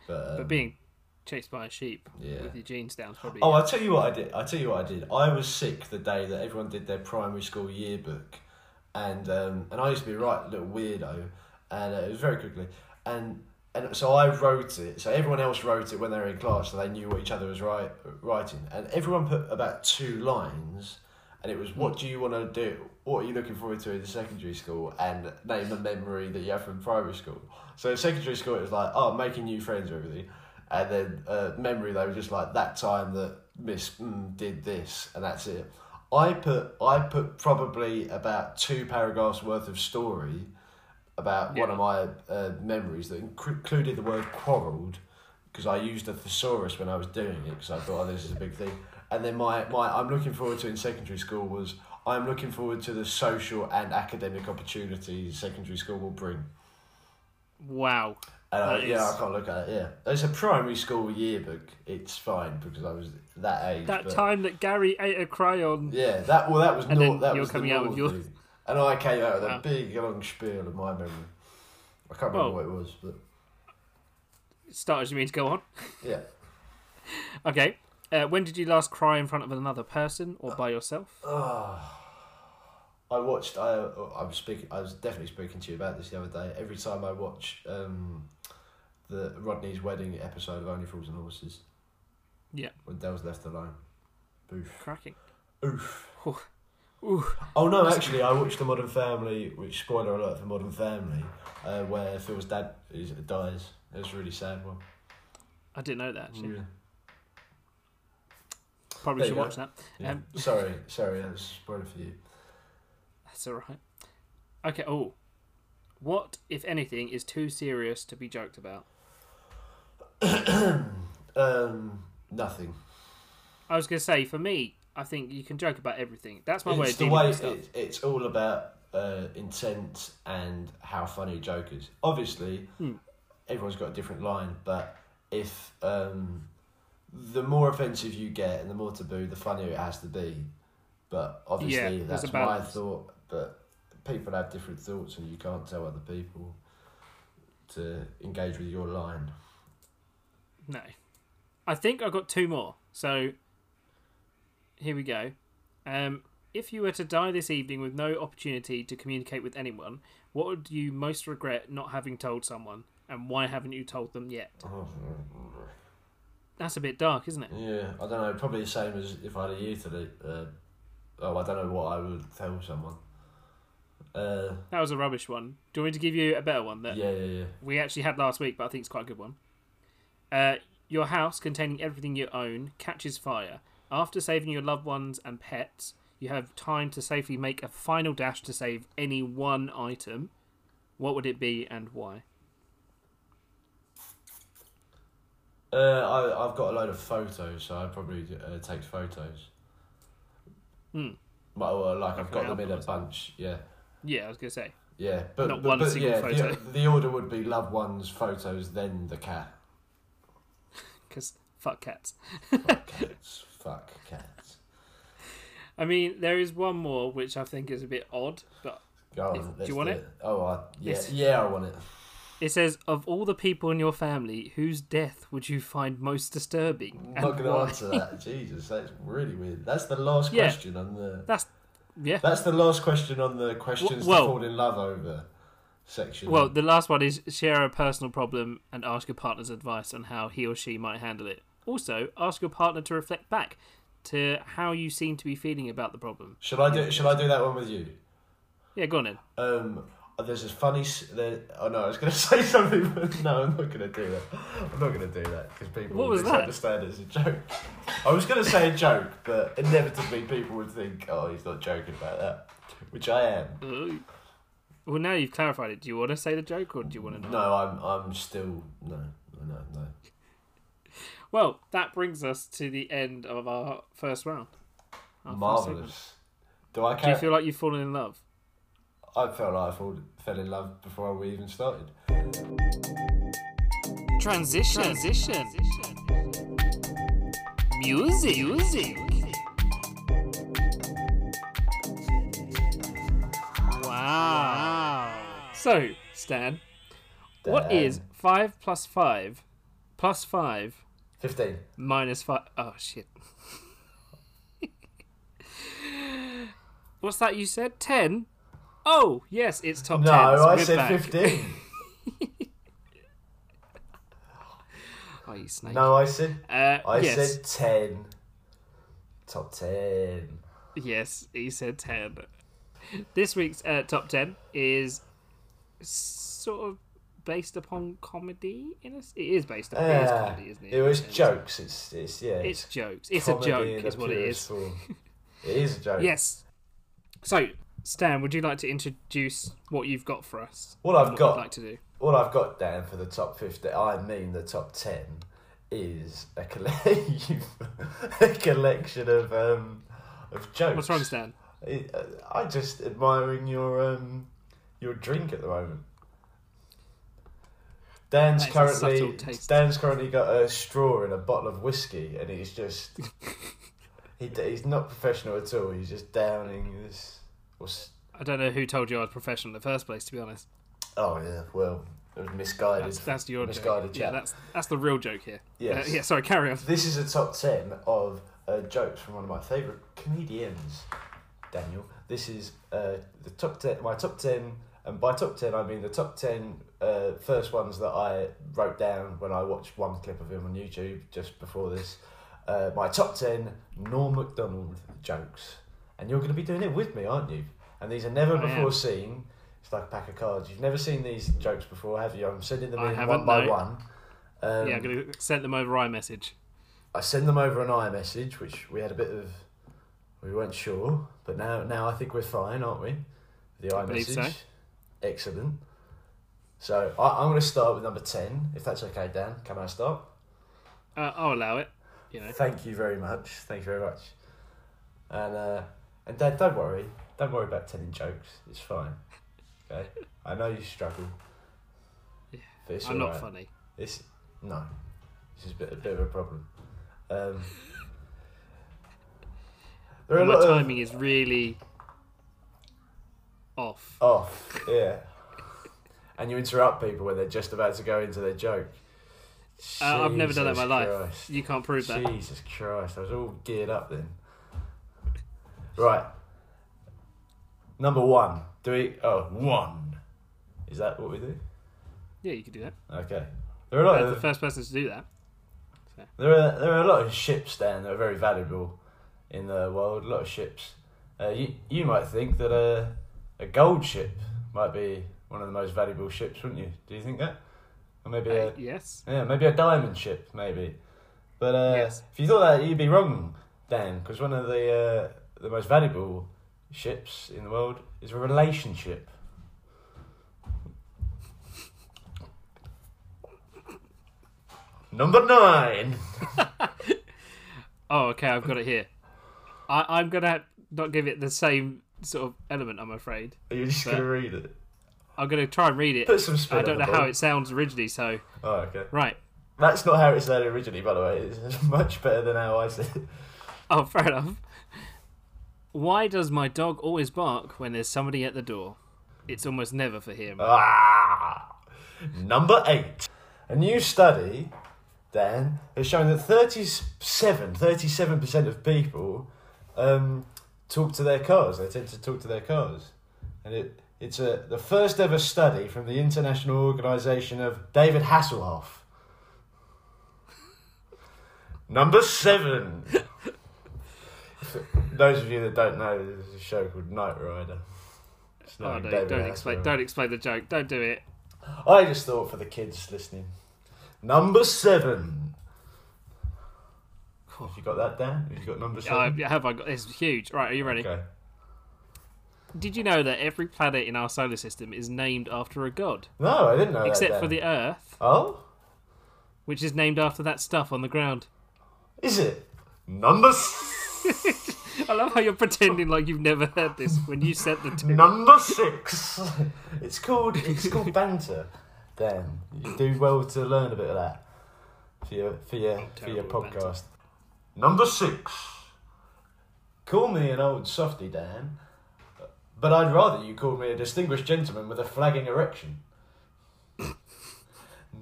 [SPEAKER 2] But, um,
[SPEAKER 1] but being chased by a sheep
[SPEAKER 2] yeah.
[SPEAKER 1] with your jeans down is probably.
[SPEAKER 2] Oh, I'll tell you what I did. I'll tell you what I did. I was sick the day that everyone did their primary school yearbook, and um, and I used to be a right little weirdo, and uh, it was very quickly, and and so I wrote it. So everyone else wrote it when they were in class, so they knew what each other was write, writing, and everyone put about two lines, and it was what do you want to do? What are you looking forward to in secondary school? And name a memory that you have from primary school. So in secondary school, it was like oh making new friends, and everything. and then uh, memory they were just like that time that Miss mm, did this, and that's it. I put I put probably about two paragraphs worth of story about one
[SPEAKER 1] Yeah.
[SPEAKER 2] of my uh, memories that inc- included the word quarrelled because I used a thesaurus when I was doing it because I thought oh this is a big thing. And then my, my I'm looking forward to in secondary school was I'm looking forward to the social and academic opportunities secondary school will bring.
[SPEAKER 1] Wow.
[SPEAKER 2] And I,
[SPEAKER 1] That
[SPEAKER 2] yeah,
[SPEAKER 1] is-
[SPEAKER 2] I can't look at it. Yeah, it's a primary school yearbook. It's fine because I was that age.
[SPEAKER 1] That
[SPEAKER 2] but-
[SPEAKER 1] time that Gary ate a crayon.
[SPEAKER 2] Yeah, that well, that was
[SPEAKER 1] And
[SPEAKER 2] nor-
[SPEAKER 1] then
[SPEAKER 2] that
[SPEAKER 1] you're
[SPEAKER 2] was the
[SPEAKER 1] coming out with
[SPEAKER 2] North
[SPEAKER 1] yours.
[SPEAKER 2] thing. And I came out with
[SPEAKER 1] Wow.
[SPEAKER 2] a big long spiel of my memory. I can't
[SPEAKER 1] Well-
[SPEAKER 2] remember what it was, but
[SPEAKER 1] Starters, you mean to go on?
[SPEAKER 2] yeah.
[SPEAKER 1] Okay. Uh, when did you last cry in front of another person or by yourself?
[SPEAKER 2] Ah. I watched. I I was speaking. I was definitely speaking to you about this the other day. Every time I watch um, the Rodney's wedding episode of Only Fools and Horses.
[SPEAKER 1] Yeah.
[SPEAKER 2] When Dell's left alone. Oof.
[SPEAKER 1] Cracking.
[SPEAKER 2] Oof.
[SPEAKER 1] Ooh.
[SPEAKER 2] Oh no, actually, I watched The Modern Family, which spoiler alert for Modern Family, uh, where Phil's dad is, dies. It was a really sad one.
[SPEAKER 1] I didn't know that actually.
[SPEAKER 2] Yeah.
[SPEAKER 1] Probably
[SPEAKER 2] Mm. There
[SPEAKER 1] should
[SPEAKER 2] you go.
[SPEAKER 1] watch that.
[SPEAKER 2] Yeah.
[SPEAKER 1] Um,
[SPEAKER 2] sorry, sorry, that was a spoiler for you.
[SPEAKER 1] That's alright. Okay, oh. What, if anything, is too serious to be joked about?
[SPEAKER 2] Um, nothing.
[SPEAKER 1] I was going to say, for me, I think you can joke about everything. That's my way
[SPEAKER 2] it's
[SPEAKER 1] of
[SPEAKER 2] the
[SPEAKER 1] dealing
[SPEAKER 2] way
[SPEAKER 1] with stuff.
[SPEAKER 2] it, it's all about uh, intent and how funny a joke is. Obviously,
[SPEAKER 1] Hmm.
[SPEAKER 2] everyone's got a different line, but if um, the more offensive you get and the more taboo, the funnier it has to be. But
[SPEAKER 1] Yeah,
[SPEAKER 2] obviously,
[SPEAKER 1] there's a
[SPEAKER 2] that's my
[SPEAKER 1] balance.
[SPEAKER 2] thought. But people have different thoughts, and you can't tell other people to engage with your line.
[SPEAKER 1] No. I think I've got two more. So here we go. Um, if you were to die this evening with no opportunity to communicate with anyone, what would you most regret not having told someone? And why haven't you told them yet? That's a bit dark, isn't it?
[SPEAKER 2] Yeah, I don't know. Probably the same as if I had a euthanasia. Uh, oh, I don't know what I would tell someone. Uh,
[SPEAKER 1] That was a rubbish one. Do you want me to give you a better one that
[SPEAKER 2] yeah, yeah, yeah.
[SPEAKER 1] we actually had last week, but I think it's quite a good one? Uh, your house containing everything you own catches fire. After saving your loved ones and pets, you have time to safely make a final dash to save any one item. What would it be and why?
[SPEAKER 2] Uh, I I've got a load of photos, so I probably uh, take photos.
[SPEAKER 1] Hmm.
[SPEAKER 2] Well, well, like I've
[SPEAKER 1] Like
[SPEAKER 2] got
[SPEAKER 1] an
[SPEAKER 2] them in a
[SPEAKER 1] album or
[SPEAKER 2] bunch. Yeah,
[SPEAKER 1] Yeah, I was gonna say.
[SPEAKER 2] yeah. But
[SPEAKER 1] Not
[SPEAKER 2] but,
[SPEAKER 1] one
[SPEAKER 2] but,
[SPEAKER 1] single
[SPEAKER 2] yeah,
[SPEAKER 1] photo.
[SPEAKER 2] The, the order would be loved ones, photos, then the cat.
[SPEAKER 1] 'Cause fuck cats.
[SPEAKER 2] Fuck cats. Fuck cats.
[SPEAKER 1] I mean, there is one more which I think is a bit odd, but
[SPEAKER 2] Go on.
[SPEAKER 1] If- do
[SPEAKER 2] let's
[SPEAKER 1] you want
[SPEAKER 2] it? Oh, I, yeah,
[SPEAKER 1] It's-
[SPEAKER 2] yeah. I want it.
[SPEAKER 1] it says of all the people in your family, whose death would you find most disturbing?
[SPEAKER 2] I'm not
[SPEAKER 1] and
[SPEAKER 2] going
[SPEAKER 1] why?
[SPEAKER 2] to answer that. Jesus, that's really weird. That's the last
[SPEAKER 1] Yeah.
[SPEAKER 2] question on the.
[SPEAKER 1] That's yeah.
[SPEAKER 2] That's the last question on the questions
[SPEAKER 1] well-
[SPEAKER 2] to fall in love over section.
[SPEAKER 1] Well, the last one is share a personal problem and ask your partner's advice on how he or she might handle it. Also, ask your partner to reflect back to how you seem to be feeling about the problem.
[SPEAKER 2] should I do? Should I do that one with you?
[SPEAKER 1] Yeah, go on then.
[SPEAKER 2] Um, oh, there's this funny. s- There, oh no, I was going to say something, but no, I'm not going to do that. I'm not going to do that because people
[SPEAKER 1] What
[SPEAKER 2] will
[SPEAKER 1] was that?
[SPEAKER 2] misunderstand it as a joke. I was going to say a joke, but inevitably people would think, "Oh, he's not joking about that," which I am.
[SPEAKER 1] Ooh. Well, now you've clarified it. Do you want to say the joke or do you want to not?
[SPEAKER 2] No, I'm. I'm still no, no, no.
[SPEAKER 1] Well, that brings us to the end of our first round. Our first segment.
[SPEAKER 2] Marvelous. Do I?
[SPEAKER 1] Do you
[SPEAKER 2] Carry-
[SPEAKER 1] feel like you've fallen in love?
[SPEAKER 2] I felt like I fall, fell in love before we even started.
[SPEAKER 1] Transition. Transition. Music. Music. Wow. So, Stan, what
[SPEAKER 2] Damn.
[SPEAKER 1] is 5 plus 5 plus 5
[SPEAKER 2] 15.
[SPEAKER 1] minus 5? Oh, shit. What's that you said? 10? Oh, yes, it's top 10.
[SPEAKER 2] No, I
[SPEAKER 1] We're
[SPEAKER 2] said
[SPEAKER 1] back.
[SPEAKER 2] 15.
[SPEAKER 1] Oh, you snake.
[SPEAKER 2] No, I said
[SPEAKER 1] Uh,
[SPEAKER 2] I
[SPEAKER 1] yes.
[SPEAKER 2] said 10. Top 10.
[SPEAKER 1] Yes, he said 10. This week's uh, top 10 is sort of based upon comedy. In a, s- it is based upon it is
[SPEAKER 2] Yeah.
[SPEAKER 1] comedy, isn't it?
[SPEAKER 2] Ah, It was
[SPEAKER 1] In a
[SPEAKER 2] jokes. It's it's yeah.
[SPEAKER 1] It's jokes. It's a
[SPEAKER 2] comedy
[SPEAKER 1] joke,
[SPEAKER 2] in the
[SPEAKER 1] is what it
[SPEAKER 2] purest
[SPEAKER 1] is.
[SPEAKER 2] form. It is a joke.
[SPEAKER 1] Yes. So, Stan, would you like to introduce what you've got for us?
[SPEAKER 2] What I've
[SPEAKER 1] and
[SPEAKER 2] got.
[SPEAKER 1] you'd like to do.
[SPEAKER 2] All I've got down for the top 50, I mean the top 10, is a, colle- a collection of um, of jokes.
[SPEAKER 1] What's wrong, Stan?
[SPEAKER 2] I- uh, I just admiring your um, your drink at the moment. Dan's
[SPEAKER 1] That is a
[SPEAKER 2] currently
[SPEAKER 1] subtle taste.
[SPEAKER 2] Dan's currently got a straw in a bottle of whiskey, and he's just he, he's not professional at all. He's just downing this. Or, s-
[SPEAKER 1] I don't know who told you I was professional in the first place. To be honest,
[SPEAKER 2] oh yeah, well, it was misguided.
[SPEAKER 1] that's, that's your
[SPEAKER 2] misguided
[SPEAKER 1] joke. Yeah,
[SPEAKER 2] chat.
[SPEAKER 1] that's that's the real joke here.
[SPEAKER 2] Yes.
[SPEAKER 1] Uh, yeah. Sorry, carry on.
[SPEAKER 2] This is a top 10 of uh, jokes from one of my favourite comedians, Daniel. This is uh, the top 10, my top 10, and by top 10 I mean the top 10 uh, first ones that I wrote down when I watched one clip of him on YouTube just before this. Uh, my top 10 Norm MacDonald jokes. And you're going to be doing it with me, aren't you? And these are never
[SPEAKER 1] I am.
[SPEAKER 2] before seen. It's like a pack of cards. You've never seen these jokes before, have you? I'm sending them
[SPEAKER 1] I
[SPEAKER 2] in one
[SPEAKER 1] haven't,
[SPEAKER 2] by
[SPEAKER 1] no.
[SPEAKER 2] one. Um,
[SPEAKER 1] yeah, I'm gonna send them over iMessage.
[SPEAKER 2] I send them over an iMessage, which we had a bit of, we weren't sure, but now now I think we're fine, aren't we? The
[SPEAKER 1] I believe
[SPEAKER 2] iMessage,
[SPEAKER 1] so.
[SPEAKER 2] excellent. So I, I'm going to start with number ten, if that's okay, Dan. Can I start?
[SPEAKER 1] Uh, I'll allow it. You know.
[SPEAKER 2] Thank you very much. Thank you very much. And uh, and Dad, don't worry, don't worry about telling jokes. It's fine. Okay, I know you struggle.
[SPEAKER 1] Yeah,
[SPEAKER 2] but it's
[SPEAKER 1] I'm not
[SPEAKER 2] alright.
[SPEAKER 1] funny.
[SPEAKER 2] This no, this is a bit, a bit of a problem. Um, there are a
[SPEAKER 1] And my
[SPEAKER 2] lot
[SPEAKER 1] timing is really off.
[SPEAKER 2] of off, yeah, and you interrupt people when they're just about to go into their joke.
[SPEAKER 1] Uh, I've never done that in my
[SPEAKER 2] Jesus
[SPEAKER 1] life.
[SPEAKER 2] Christ.
[SPEAKER 1] You can't prove that.
[SPEAKER 2] Jesus Christ, I was all geared up then. Right, number one. Do we? Oh, one. Is that what we do?
[SPEAKER 1] Yeah, you could do that.
[SPEAKER 2] Okay. There are a lot
[SPEAKER 1] You're
[SPEAKER 2] of
[SPEAKER 1] the first person to do that.
[SPEAKER 2] There are there are a lot of ships, Dan, that are very valuable in the world. A lot of ships. Uh, you you might think that a a gold ship might be one of the most valuable ships, wouldn't you? Do you think that? Or maybe
[SPEAKER 1] Uh,
[SPEAKER 2] a
[SPEAKER 1] yes.
[SPEAKER 2] yeah, maybe a diamond ship, maybe. But uh,
[SPEAKER 1] Yes.
[SPEAKER 2] if you thought that, you'd be wrong, Dan, because one of the uh, the most valuable ships in the world is a relationship. Number nine.
[SPEAKER 1] Oh, okay, I've got it here. I, I'm going to not give it the same sort of element, I'm afraid.
[SPEAKER 2] Are you just
[SPEAKER 1] But-
[SPEAKER 2] gonna read it?
[SPEAKER 1] I'm going to try and read it.
[SPEAKER 2] Put some spin.
[SPEAKER 1] I don't
[SPEAKER 2] on
[SPEAKER 1] know
[SPEAKER 2] the
[SPEAKER 1] how
[SPEAKER 2] ball.
[SPEAKER 1] it sounds originally, so.
[SPEAKER 2] Oh, okay.
[SPEAKER 1] Right.
[SPEAKER 2] That's not how it sounded originally, by the way. It's much better than how I said.
[SPEAKER 1] Oh, fair enough. Why does my dog always bark when there's somebody at the door? It's almost never for him.
[SPEAKER 2] Oh, Ah, number eight. A new study, Dan, has shown that 37, 37% of people um, talk to their cars. They tend to talk to their cars. And it, it's a, the first ever study from the International Organization of David Hasselhoff. Number seven. For Those of you that don't know, there's a show called Night Rider. It's
[SPEAKER 1] oh,
[SPEAKER 2] not
[SPEAKER 1] no,
[SPEAKER 2] David
[SPEAKER 1] don't explain,
[SPEAKER 2] Hasselhoff.
[SPEAKER 1] don't explain the joke. Don't do it.
[SPEAKER 2] I just thought for the kids listening. Number seven. Have you got that down? Have you got number
[SPEAKER 1] Uh,
[SPEAKER 2] seven?
[SPEAKER 1] have I got this? Is huge. Right, are you ready?
[SPEAKER 2] okay.
[SPEAKER 1] Did you know that every planet in our solar system is named after a god,
[SPEAKER 2] No, I didn't know that.
[SPEAKER 1] except
[SPEAKER 2] Dan.
[SPEAKER 1] for the Earth,
[SPEAKER 2] Oh,
[SPEAKER 1] which is named after that stuff on the ground?
[SPEAKER 2] is it number s-
[SPEAKER 1] I love how you're pretending like you've never heard this when you said the two.
[SPEAKER 2] number six? It's called it's called banter. Dan, you do well to learn a bit of that for your for your for your
[SPEAKER 1] terrible at banter.
[SPEAKER 2] podcast. Number six. Call me an old softy, Dan, but I'd rather you called me a distinguished gentleman with a flagging erection.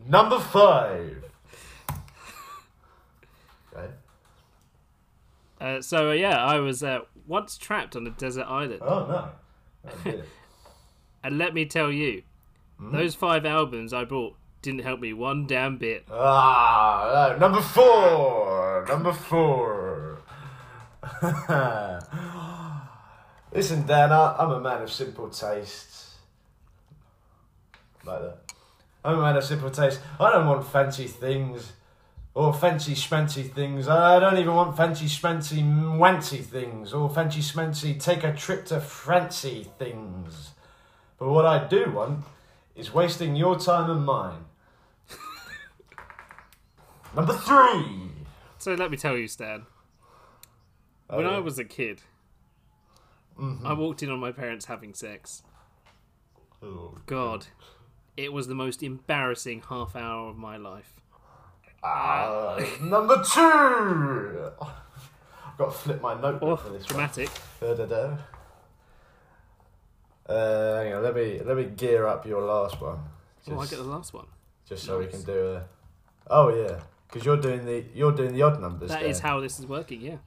[SPEAKER 2] Number five. Okay.
[SPEAKER 1] Uh, so uh, yeah, I was uh, once trapped on a desert island,
[SPEAKER 2] Oh no. That did it.
[SPEAKER 1] and let me tell you,
[SPEAKER 2] Hmm.
[SPEAKER 1] those five albums I bought didn't help me one damn bit.
[SPEAKER 2] Oh. Ah, no, number four. Number four. Listen, Dan, I, I'm a man of simple tastes. Like that. I'm a man of simple taste. I don't want fancy things or fancy schmancy things. I don't even want fancy schmancy wancy things or fancy schmancy take a trip to Francie things. But what I do want is wasting your time and mine. Number three.
[SPEAKER 1] So let me tell you, Stan.
[SPEAKER 2] Oh,
[SPEAKER 1] when
[SPEAKER 2] yeah. Mm-hmm.
[SPEAKER 1] I was a kid, I walked in on my parents having sex.
[SPEAKER 2] Oh.
[SPEAKER 1] God, it was the most embarrassing half hour of my life.
[SPEAKER 2] Ah, number two. I've got to flip my notebook
[SPEAKER 1] Oh,
[SPEAKER 2] for this one.
[SPEAKER 1] dramatic.
[SPEAKER 2] Da, da, da. Uh, hang on, let me let me gear up your last one, just,
[SPEAKER 1] Oh, I get the last one.
[SPEAKER 2] just so we
[SPEAKER 1] nice.
[SPEAKER 2] can do a. Oh yeah, because you're doing the you're doing the odd numbers.
[SPEAKER 1] That
[SPEAKER 2] there.
[SPEAKER 1] is how this is working, yeah.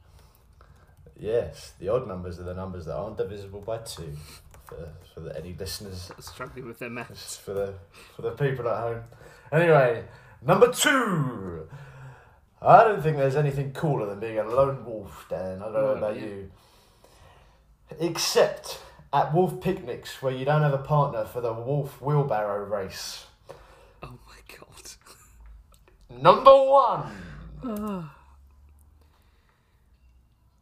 [SPEAKER 2] Yes, the odd numbers are the numbers that aren't divisible by two, for for the, any listeners,
[SPEAKER 1] Struggling with their math.
[SPEAKER 2] just for the for the people at home. Anyway, number two. I don't think there's anything cooler than being a lone wolf, Dan. I don't know
[SPEAKER 1] Oh,
[SPEAKER 2] about
[SPEAKER 1] yeah.
[SPEAKER 2] you. Except at wolf picnics where you don't have a partner for the wolf wheelbarrow race.
[SPEAKER 1] Oh my god.
[SPEAKER 2] Number one.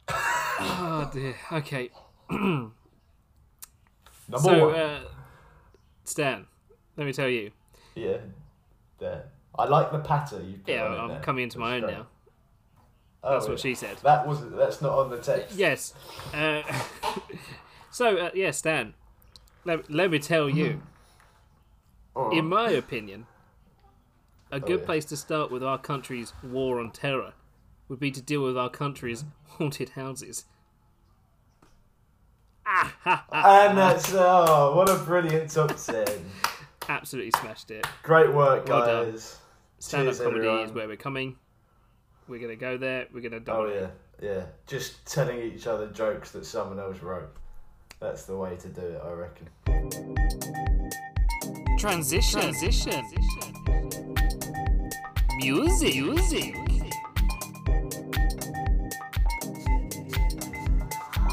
[SPEAKER 1] Oh dear. Okay.
[SPEAKER 2] Number
[SPEAKER 1] So,
[SPEAKER 2] one.
[SPEAKER 1] uh, Stan, let me tell you.
[SPEAKER 2] yeah. There. I like the patter you put
[SPEAKER 1] Yeah,
[SPEAKER 2] on it
[SPEAKER 1] I'm
[SPEAKER 2] there.
[SPEAKER 1] coming into my own
[SPEAKER 2] That's
[SPEAKER 1] now.
[SPEAKER 2] Oh,
[SPEAKER 1] That's
[SPEAKER 2] yeah.
[SPEAKER 1] what she said.
[SPEAKER 2] That wasn't. That's not on the text.
[SPEAKER 1] Yes. Uh, so, uh, yeah, Stan, let, let me tell you.
[SPEAKER 2] Oh.
[SPEAKER 1] In my opinion, a good
[SPEAKER 2] yeah.
[SPEAKER 1] place to start with our country's war on terror would be to deal with our country's haunted houses. Ah, ha, ha.
[SPEAKER 2] And that's oh, what a brilliant top ten.
[SPEAKER 1] Absolutely smashed it.
[SPEAKER 2] Great work,
[SPEAKER 1] Well done.
[SPEAKER 2] guys.
[SPEAKER 1] Stand up
[SPEAKER 2] Cheers,
[SPEAKER 1] comedy
[SPEAKER 2] everyone.
[SPEAKER 1] is where we're coming. We're going to go there. We're going to
[SPEAKER 2] Oh
[SPEAKER 1] dominate.
[SPEAKER 2] yeah, yeah. Just telling each other jokes that someone else wrote. That's the way to do it, I reckon.
[SPEAKER 1] Transition. Transition. Music. Music.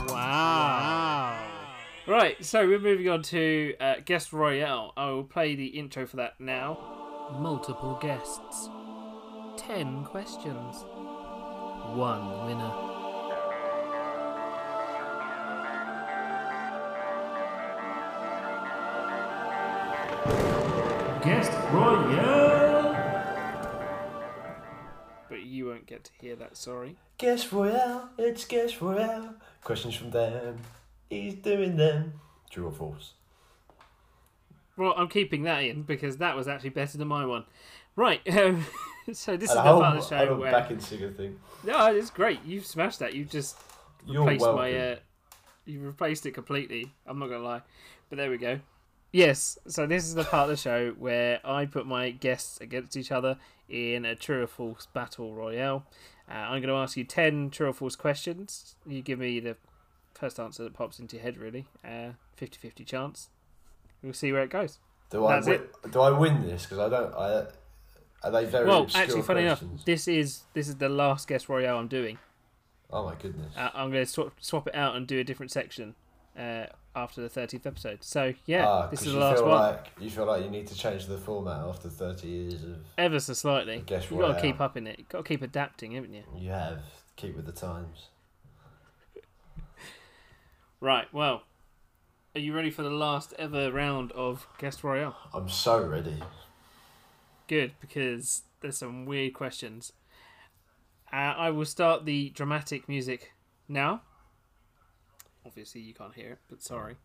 [SPEAKER 1] Wow. Right, so we're moving on to uh, Guest Royale. I will play the intro for that now. Multiple guests. Ten questions. One winner. Guest Royale! But you won't get to hear that, sorry.
[SPEAKER 2] Guess Royale, it's Guess Royale. Questions from them. He's doing them. True or false?
[SPEAKER 1] Well, I'm keeping that in because that was actually better than my one. Right, um, so this is the
[SPEAKER 2] And I
[SPEAKER 1] part of
[SPEAKER 2] hope-
[SPEAKER 1] the
[SPEAKER 2] I
[SPEAKER 1] show
[SPEAKER 2] hope
[SPEAKER 1] where
[SPEAKER 2] back in singer thing.
[SPEAKER 1] no, it's great. You've smashed that. You've just
[SPEAKER 2] You're
[SPEAKER 1] replaced
[SPEAKER 2] welcome.
[SPEAKER 1] my. Uh, you replaced it completely. I'm not gonna lie, but there we go. Yes, so this is the part of the show where I put my guests against each other in a true or false battle royale. Uh, I'm going to ask you ten true or false questions. You give me the first answer that pops into your head, really. Uh, 50-50 chance. We'll see where it goes.
[SPEAKER 2] do I
[SPEAKER 1] that's
[SPEAKER 2] win, do I win this? Because I don't. I are they very
[SPEAKER 1] Well,
[SPEAKER 2] obscure
[SPEAKER 1] actually, funny enough,
[SPEAKER 2] questions?
[SPEAKER 1] this is this is the last guest royale I'm doing.
[SPEAKER 2] Oh my goodness.
[SPEAKER 1] Uh, I'm going to swap, swap it out and do a different section uh, after the 30th episode. So yeah,
[SPEAKER 2] Ah,
[SPEAKER 1] this
[SPEAKER 2] 'cause
[SPEAKER 1] is the
[SPEAKER 2] you
[SPEAKER 1] last
[SPEAKER 2] feel
[SPEAKER 1] one.
[SPEAKER 2] Like, you feel like you need to change the format after 30 years of.
[SPEAKER 1] Ever so slightly.
[SPEAKER 2] guest
[SPEAKER 1] You've got to
[SPEAKER 2] royale.
[SPEAKER 1] keep up in it. You've got to keep adapting, haven't you?
[SPEAKER 2] You have. Keep with the times.
[SPEAKER 1] Right. Well, are you ready for the last ever round of guest royale?
[SPEAKER 2] I'm so ready.
[SPEAKER 1] Good, because there's some weird questions. Uh, I will start the dramatic music now. Obviously, you can't hear it, but sorry.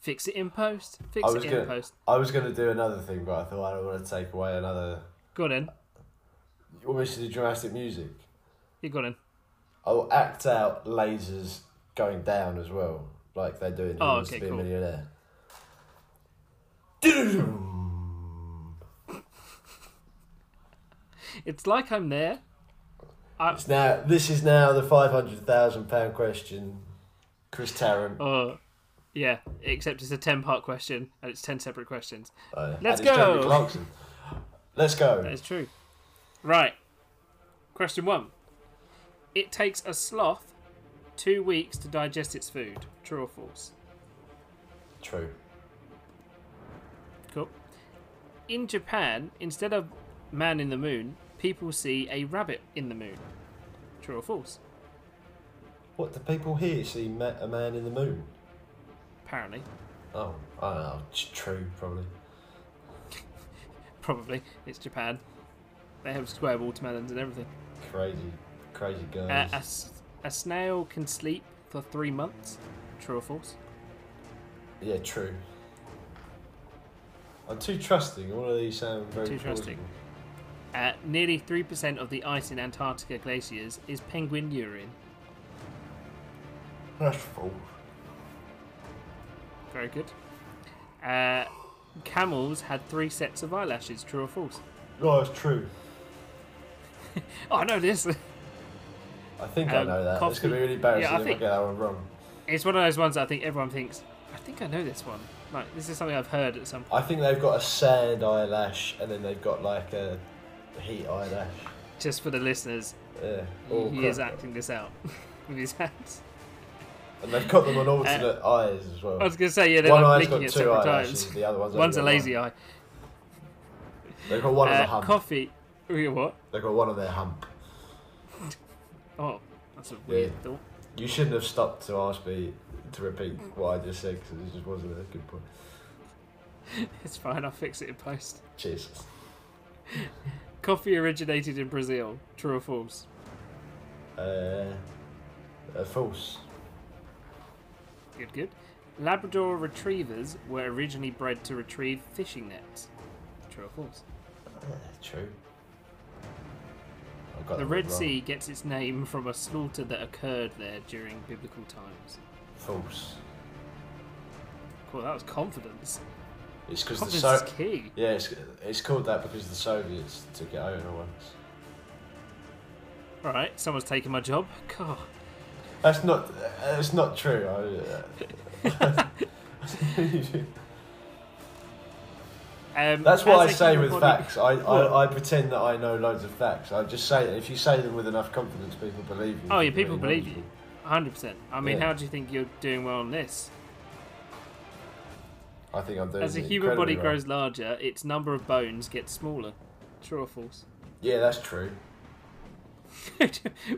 [SPEAKER 1] Fix it in post. Fix
[SPEAKER 2] I
[SPEAKER 1] it
[SPEAKER 2] was
[SPEAKER 1] in
[SPEAKER 2] gonna-
[SPEAKER 1] post.
[SPEAKER 2] I was going to do another thing, but I thought I don't want to take away another.
[SPEAKER 1] Go on in.
[SPEAKER 2] You want me to do dramatic music?
[SPEAKER 1] You got in.
[SPEAKER 2] I will act out lasers going down as well, like they do in Who
[SPEAKER 1] Oh,
[SPEAKER 2] Wants
[SPEAKER 1] okay,
[SPEAKER 2] to Be
[SPEAKER 1] cool.
[SPEAKER 2] a Millionaire.
[SPEAKER 1] It's like I'm there.
[SPEAKER 2] It's now. This is now the five hundred thousand pound question. Chris Tarrant.
[SPEAKER 1] Oh, yeah. Except it's a ten-part question, and it's ten separate questions.
[SPEAKER 2] Uh,
[SPEAKER 1] Let's
[SPEAKER 2] and it's Jeremy
[SPEAKER 1] go.
[SPEAKER 2] Clarkson. Let's go.
[SPEAKER 1] That is true. Right. Question one. It takes a sloth two weeks to digest its food. True or false?
[SPEAKER 2] True.
[SPEAKER 1] Cool. in Japan, instead of man in the moon, people see a rabbit in the moon. True or false?
[SPEAKER 2] What do people here see? Ma- a man in the moon.
[SPEAKER 1] Apparently,
[SPEAKER 2] Oh, I don't know. It's true, probably.
[SPEAKER 1] probably it's Japan. They have square watermelons and everything.
[SPEAKER 2] Crazy, crazy girls.
[SPEAKER 1] Uh, a, s- a snail can sleep for three months. True or false?
[SPEAKER 2] yeah, true. I'm too trusting. All of these sound very
[SPEAKER 1] Too trusting. Uh, nearly 3% of the ice in Antarctica glaciers is penguin urine.
[SPEAKER 2] plausible. That's false.
[SPEAKER 1] Very good. Uh, camels had three sets of eyelashes. True or false?
[SPEAKER 2] No, it's true.
[SPEAKER 1] Oh, I know this.
[SPEAKER 2] I think I
[SPEAKER 1] Um,
[SPEAKER 2] know that. It's
[SPEAKER 1] coffee-
[SPEAKER 2] gonna be really
[SPEAKER 1] Yeah,
[SPEAKER 2] embarrassing
[SPEAKER 1] I
[SPEAKER 2] if
[SPEAKER 1] think-
[SPEAKER 2] I get that one wrong.
[SPEAKER 1] It's one of those ones I think everyone thinks. I think I know this one. Like this is something I've heard at some.
[SPEAKER 2] I think they've got a sand eyelash and then they've got like a heat eyelash.
[SPEAKER 1] Just for the listeners,
[SPEAKER 2] Yeah. all
[SPEAKER 1] he is
[SPEAKER 2] crooked.
[SPEAKER 1] acting this out with his hands.
[SPEAKER 2] And they've got them on alternate eyes as well.
[SPEAKER 1] Uh, I was gonna say yeah, they're
[SPEAKER 2] one
[SPEAKER 1] like
[SPEAKER 2] eye's
[SPEAKER 1] blinking
[SPEAKER 2] got
[SPEAKER 1] at
[SPEAKER 2] two
[SPEAKER 1] separate
[SPEAKER 2] eyelashes,
[SPEAKER 1] times.
[SPEAKER 2] the other one's,
[SPEAKER 1] One's a
[SPEAKER 2] only got
[SPEAKER 1] lazy
[SPEAKER 2] One.
[SPEAKER 1] eye.
[SPEAKER 2] They've got one as a
[SPEAKER 1] Uh,
[SPEAKER 2] hump.
[SPEAKER 1] coffee. Wait, What?
[SPEAKER 2] They've got one on their hump.
[SPEAKER 1] Oh, that's a weird thought.
[SPEAKER 2] You shouldn't have stopped to ask me to repeat what I just said because it just wasn't a good point.
[SPEAKER 1] It's fine. I'll fix it in post.
[SPEAKER 2] Cheers.
[SPEAKER 1] Coffee originated in Brazil. True or false?
[SPEAKER 2] Uh, uh, false.
[SPEAKER 1] Good, good. Labrador retrievers were originally bred to retrieve fishing nets. True or false?
[SPEAKER 2] Uh, true. I got
[SPEAKER 1] The
[SPEAKER 2] that
[SPEAKER 1] Red
[SPEAKER 2] one wrong.
[SPEAKER 1] Sea gets its name from a slaughter that occurred there during biblical times.
[SPEAKER 2] False.
[SPEAKER 1] Cool, that was confidence.
[SPEAKER 2] It's because the
[SPEAKER 1] Confidence
[SPEAKER 2] so.
[SPEAKER 1] is key.
[SPEAKER 2] Yeah, it's, it's called that because the Soviets took it over once.
[SPEAKER 1] Alright, someone's taking my job. God.
[SPEAKER 2] That's not. That's not true. I, uh,
[SPEAKER 1] Um,
[SPEAKER 2] That's what
[SPEAKER 1] as a
[SPEAKER 2] I say
[SPEAKER 1] human
[SPEAKER 2] with
[SPEAKER 1] body-
[SPEAKER 2] facts. I,
[SPEAKER 1] Well-
[SPEAKER 2] I, I pretend that I know loads of facts. I just say if you say them with enough confidence, people believe you.
[SPEAKER 1] Oh, yeah,
[SPEAKER 2] If you're
[SPEAKER 1] people
[SPEAKER 2] really
[SPEAKER 1] believe you.
[SPEAKER 2] knowledgeable.
[SPEAKER 1] 100%. I mean,
[SPEAKER 2] Yeah.
[SPEAKER 1] how do you think you're doing well on this?
[SPEAKER 2] I think I'm doing.
[SPEAKER 1] As a
[SPEAKER 2] it
[SPEAKER 1] human body
[SPEAKER 2] incredibly wrong.
[SPEAKER 1] grows larger, its number of bones gets smaller. True or false?
[SPEAKER 2] Yeah, that's true.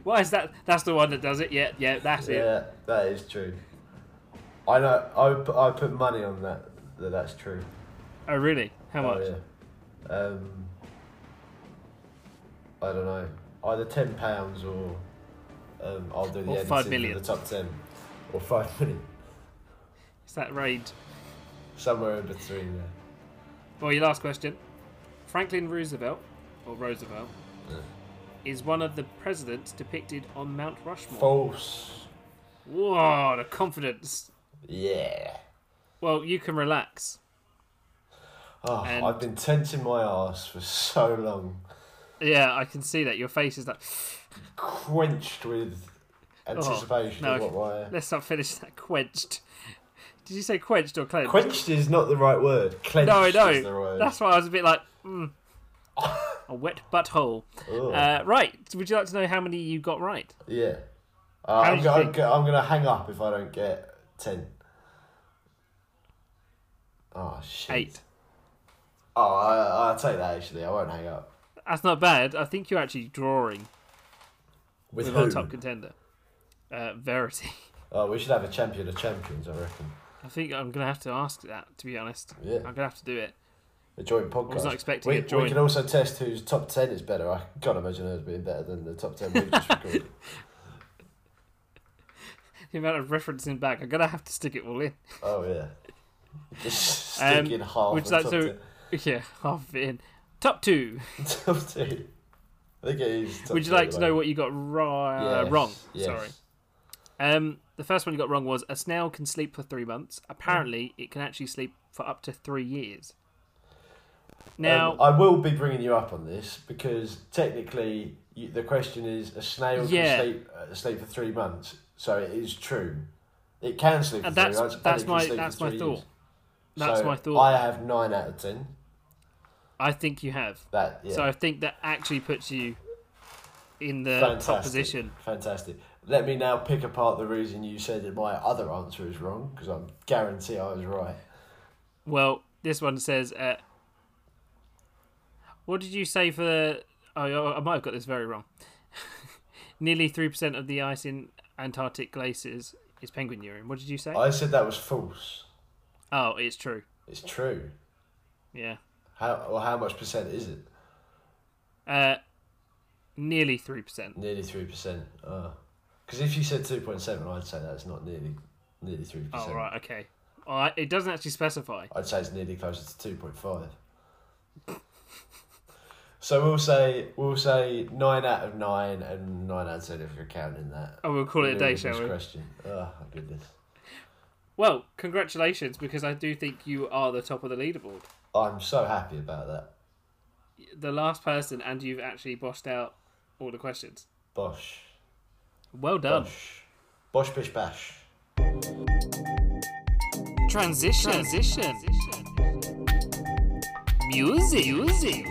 [SPEAKER 1] Why is that? That's the one that does it. Yeah, yeah, that's it.
[SPEAKER 2] Yeah, that is true. I know. I would put, I would put money on that. That that's true.
[SPEAKER 1] Oh, really? How
[SPEAKER 2] Oh,
[SPEAKER 1] much?
[SPEAKER 2] yeah. Um, I don't know. Either ten pounds or um, I'll do the
[SPEAKER 1] Or
[SPEAKER 2] editing
[SPEAKER 1] five
[SPEAKER 2] for
[SPEAKER 1] million.
[SPEAKER 2] the top ten, or five million,
[SPEAKER 1] It's that range.
[SPEAKER 2] somewhere in between there.
[SPEAKER 1] Well, your last question. Franklin Roosevelt, or Roosevelt, is one of the presidents depicted on Mount Rushmore.
[SPEAKER 2] Oh. False.
[SPEAKER 1] Whoa, the confidence.
[SPEAKER 2] Yeah.
[SPEAKER 1] Well, you can relax.
[SPEAKER 2] Oh,
[SPEAKER 1] And-
[SPEAKER 2] I've been tensing my ass for so long,
[SPEAKER 1] Yeah, I can see that. Your face is like,
[SPEAKER 2] quenched with anticipation
[SPEAKER 1] Oh, no.
[SPEAKER 2] of what my
[SPEAKER 1] let's not finish that. Quenched. Did you say quenched or cleansed?
[SPEAKER 2] quenched is not the right word. Clenched
[SPEAKER 1] no,
[SPEAKER 2] is the
[SPEAKER 1] no.
[SPEAKER 2] word.
[SPEAKER 1] That's why I was a bit like, mm. a wet butthole.
[SPEAKER 2] Ugh.
[SPEAKER 1] Uh, right. Would you like to know how many you got right?
[SPEAKER 2] Oh. yeah. Uh, I'm,
[SPEAKER 1] did you
[SPEAKER 2] go- I'm,
[SPEAKER 1] think?
[SPEAKER 2] go- I'm gonna hang up if I don't get ten. Oh shit.
[SPEAKER 1] Eight.
[SPEAKER 2] Oh, I, I'll take that actually. I won't hang up.
[SPEAKER 1] That's not bad. I think you're actually drawing
[SPEAKER 2] With,
[SPEAKER 1] with
[SPEAKER 2] who?
[SPEAKER 1] our top contender, uh, Verity.
[SPEAKER 2] Oh, we should have a champion of champions. I reckon.
[SPEAKER 1] I think I'm gonna have to ask that. To be honest,
[SPEAKER 2] Yeah.
[SPEAKER 1] I'm gonna have to do it.
[SPEAKER 2] A joint podcast.
[SPEAKER 1] not expecting
[SPEAKER 2] we,
[SPEAKER 1] a joint.
[SPEAKER 2] We can also test whose top ten is better. I can't imagine hers being better than the top ten we've just recorded.
[SPEAKER 1] The amount of referencing back, I'm gonna have to stick it all in.
[SPEAKER 2] Oh yeah. Just stick
[SPEAKER 1] Um,
[SPEAKER 2] in half.
[SPEAKER 1] would
[SPEAKER 2] Which
[SPEAKER 1] you like
[SPEAKER 2] top
[SPEAKER 1] to- Yeah, half of it in. Top two.
[SPEAKER 2] 10. top two. I think it is. Top
[SPEAKER 1] Would you
[SPEAKER 2] two,
[SPEAKER 1] like to know
[SPEAKER 2] though.
[SPEAKER 1] what you got ri-
[SPEAKER 2] Yes,
[SPEAKER 1] wrong?
[SPEAKER 2] yes.
[SPEAKER 1] Sorry. Um, the first one you got wrong was a snail can sleep for three months. Apparently, it can actually sleep for up to three years. Now,
[SPEAKER 2] Um, I will be bringing you up on this because technically you, the question is a snail
[SPEAKER 1] Yeah.
[SPEAKER 2] can sleep, uh, sleep for three months, so it is true. It can sleep for
[SPEAKER 1] And
[SPEAKER 2] three
[SPEAKER 1] that's-
[SPEAKER 2] months. and
[SPEAKER 1] that's
[SPEAKER 2] it can
[SPEAKER 1] my-
[SPEAKER 2] sleep for
[SPEAKER 1] that's my
[SPEAKER 2] three
[SPEAKER 1] thought.
[SPEAKER 2] years.
[SPEAKER 1] That's
[SPEAKER 2] So
[SPEAKER 1] my thought.
[SPEAKER 2] I have nine out of ten.
[SPEAKER 1] I think you have.
[SPEAKER 2] That yeah.
[SPEAKER 1] So uh, I think that actually puts you in the top
[SPEAKER 2] Fantastic.
[SPEAKER 1] position.
[SPEAKER 2] Fantastic. Let me now pick apart the reason you said that my other answer is wrong because I guarantee I was right.
[SPEAKER 1] Well, this one says uh, What did you say for the? Oh, I might have got this very wrong. Nearly three percent of the ice in Antarctic glaciers is penguin urine. What did you say?
[SPEAKER 2] I said that was false.
[SPEAKER 1] oh, it's true.
[SPEAKER 2] It's true.
[SPEAKER 1] Yeah,
[SPEAKER 2] How or how much percent is it?
[SPEAKER 1] uh, nearly three percent.
[SPEAKER 2] Nearly three percent. Because Ah. if you said two point seven, I'd say that's not nearly nearly three
[SPEAKER 1] Oh
[SPEAKER 2] percent.
[SPEAKER 1] right, okay. I it doesn't actually specify.
[SPEAKER 2] I'd say it's nearly closer to two point five. so we'll say we'll say nine out of nine and nine out of ten if you're counting that.
[SPEAKER 1] Oh, we'll call it a day,
[SPEAKER 2] Ridiculous
[SPEAKER 1] shall we?
[SPEAKER 2] Question. Oh goodness.
[SPEAKER 1] Well, congratulations, because I do think you are the top of the leaderboard.
[SPEAKER 2] I'm so happy about that.
[SPEAKER 1] The last person, and you've actually bossed out all the questions.
[SPEAKER 2] Bosh.
[SPEAKER 1] Well done.
[SPEAKER 2] Bosh. Bosh bish bash.
[SPEAKER 1] Transition. Transition. Music. Music.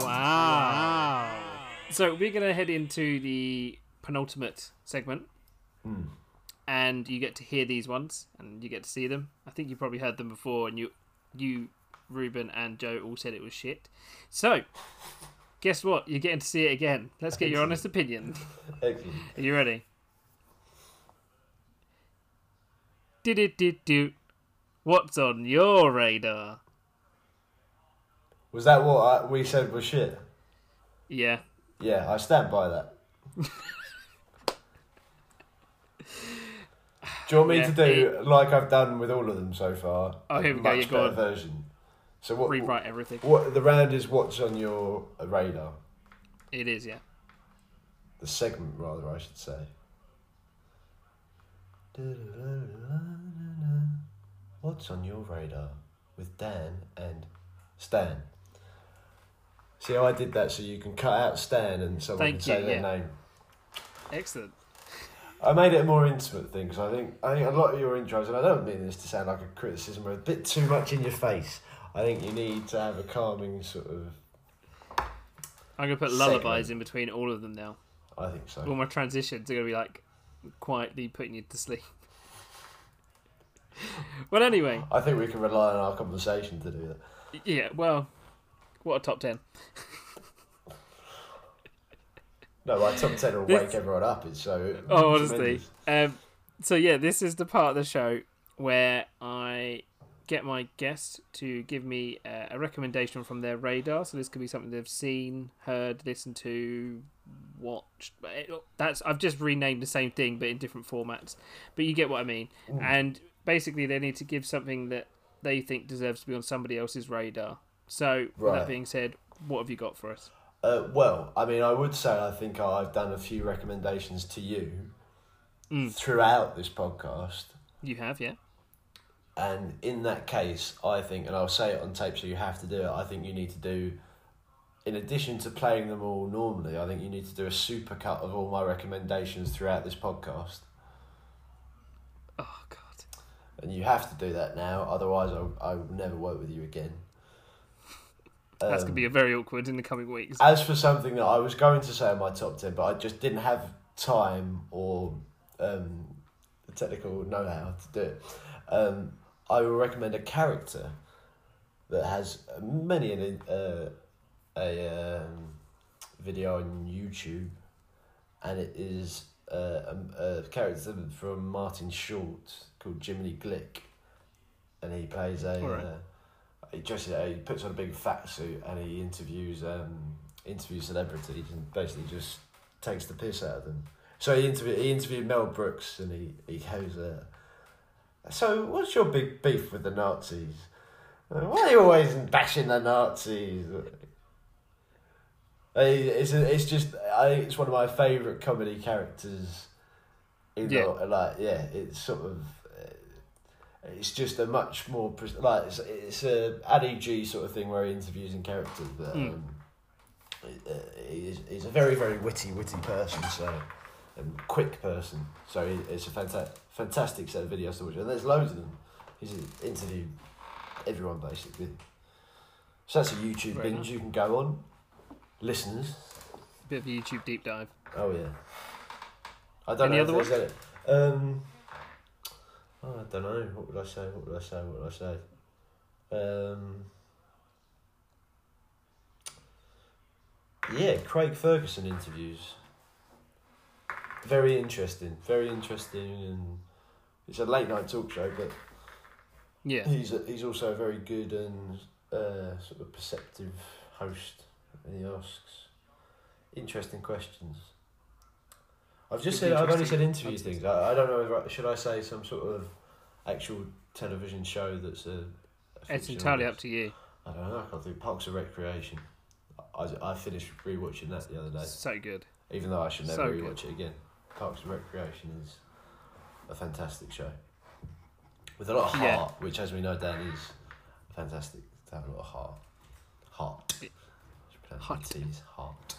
[SPEAKER 1] Wow. So we're going to head into the penultimate segment. And you get to hear these ones and you get to see them. I think you probably heard them before and you you Ruben and Joe all said it was shit. So, guess what? You're getting to see it again. Let's get your honest opinion.
[SPEAKER 2] Excellent.
[SPEAKER 1] Are you ready? Did it did do. What's on your radar?
[SPEAKER 2] Was that what I, we said was shit?
[SPEAKER 1] Yeah.
[SPEAKER 2] Yeah, I stand by that. do you want me
[SPEAKER 1] Yeah,
[SPEAKER 2] to do like I've done with all of them so far?
[SPEAKER 1] Oh, here we
[SPEAKER 2] a
[SPEAKER 1] go,
[SPEAKER 2] Much
[SPEAKER 1] yeah, go
[SPEAKER 2] better
[SPEAKER 1] on.
[SPEAKER 2] version. So what?
[SPEAKER 1] Rewrite everything.
[SPEAKER 2] What the round is? What's on your radar?
[SPEAKER 1] It is, yeah.
[SPEAKER 2] The segment, rather, I should say. What's on your radar with Dan and Stan? See how I did that so you can cut out Stan and someone
[SPEAKER 1] Thank
[SPEAKER 2] can say
[SPEAKER 1] you,
[SPEAKER 2] their
[SPEAKER 1] yeah.
[SPEAKER 2] name.
[SPEAKER 1] Excellent.
[SPEAKER 2] I made it a more intimate thing because I think I think a lot of your intros, and I don't mean this to sound like a criticism, are a bit too much in your face. I think you need to have a calming sort of.
[SPEAKER 1] I'm going to put
[SPEAKER 2] Segment.
[SPEAKER 1] lullabies in between all of them now.
[SPEAKER 2] I think so.
[SPEAKER 1] All my transitions are going to be like quietly putting you to sleep. well, anyway.
[SPEAKER 2] I think we can rely on our conversation to do that.
[SPEAKER 1] Yeah, well, what a top 10.
[SPEAKER 2] No, my top ten will
[SPEAKER 1] This-
[SPEAKER 2] wake everyone up. It's so.
[SPEAKER 1] Oh, honestly. Um, so yeah, this is the part of the show where I get my guest to give me uh, a recommendation from their radar. So this could be something they've seen, heard, listened to, watched. But it- That's I've just renamed the same thing, but in different formats. But you get what I mean.
[SPEAKER 2] Mm.
[SPEAKER 1] And basically, they need to give something that they think deserves to be on somebody else's radar. So with
[SPEAKER 2] Right.
[SPEAKER 1] that being said, what have you got for us?
[SPEAKER 2] Uh, well, I mean, I would say I think I've done a few recommendations to you
[SPEAKER 1] Mm.
[SPEAKER 2] throughout this podcast,
[SPEAKER 1] You have, yeah.
[SPEAKER 2] and in that case, I think, and I'll say it on tape, so you have to do it. I think you need to do, in addition to playing them all normally, I think you need to do a supercut of all my recommendations throughout this podcast,
[SPEAKER 1] Oh God.
[SPEAKER 2] and you have to do that now. Otherwise, I I will never work with you again.
[SPEAKER 1] That's gonna be
[SPEAKER 2] Um,
[SPEAKER 1] very awkward in the coming weeks.
[SPEAKER 2] As for something that I was going to say in my top ten, but I just didn't have time or um, the technical know-how to do it, um, I will recommend a character that has many an uh, a um, video on YouTube, and it is uh, um, a character from Martin Short called Jiminy Glick, and he plays a.
[SPEAKER 1] Alright.
[SPEAKER 2] Uh, he dresses. Uh, he puts on a big fat suit and he interviews um, interviews celebrities and basically just takes the piss out of them. So he interviewed he interviewed Mel Brooks and he he goes, uh, "So what's your big beef with the Nazis? Uh, Why are you always bashing the Nazis?" Uh, It's it's just I think it's one of my favorite comedy characters. In
[SPEAKER 1] Yeah.
[SPEAKER 2] the, like yeah, it's sort of uh, it's just a much more pres- like it's, it's a Addy G sort of thing where he interviews in characters, but
[SPEAKER 1] Mm.
[SPEAKER 2] um, he- uh, he's, he's a very very witty witty person, so and quick person. So he, it's a fantastic fantastic set of videos to watch, and there's loads of them. He's interviewed everyone basically. So that's a YouTube
[SPEAKER 1] Very
[SPEAKER 2] binge
[SPEAKER 1] nice.
[SPEAKER 2] you can go on, listeners.
[SPEAKER 1] bit of a YouTube deep dive.
[SPEAKER 2] Oh yeah. I don't
[SPEAKER 1] Any
[SPEAKER 2] know.
[SPEAKER 1] other
[SPEAKER 2] if there's any- Um. oh, I don't know. What would I say? What would I say? What would I say? Um, yeah, Craig Ferguson interviews. Very interesting. Very interesting, and it's a late night talk show, but
[SPEAKER 1] Yeah.
[SPEAKER 2] he's a, he's also a very good and uh, sort of perceptive host, and he asks interesting questions. I've just
[SPEAKER 1] It'd
[SPEAKER 2] said
[SPEAKER 1] be
[SPEAKER 2] I've only said
[SPEAKER 1] interesting.
[SPEAKER 2] interview things. I, I don't know. Whether, I- should I say some sort of actual television show that's a? a
[SPEAKER 1] It's
[SPEAKER 2] fictional-
[SPEAKER 1] entirely up to you.
[SPEAKER 2] I don't know. I can't think. Parks and Recreation. I, I finished rewatching that the other day,
[SPEAKER 1] So good.
[SPEAKER 2] even though I should never
[SPEAKER 1] So good.
[SPEAKER 2] rewatch it again. Parks and Recreation is a fantastic show with a lot of
[SPEAKER 1] Yeah.
[SPEAKER 2] heart, which, as we know, Dan is fantastic to have a lot of heart. Heart.
[SPEAKER 1] Bit-
[SPEAKER 2] Should pronounce
[SPEAKER 1] Heart.
[SPEAKER 2] the T's, heart.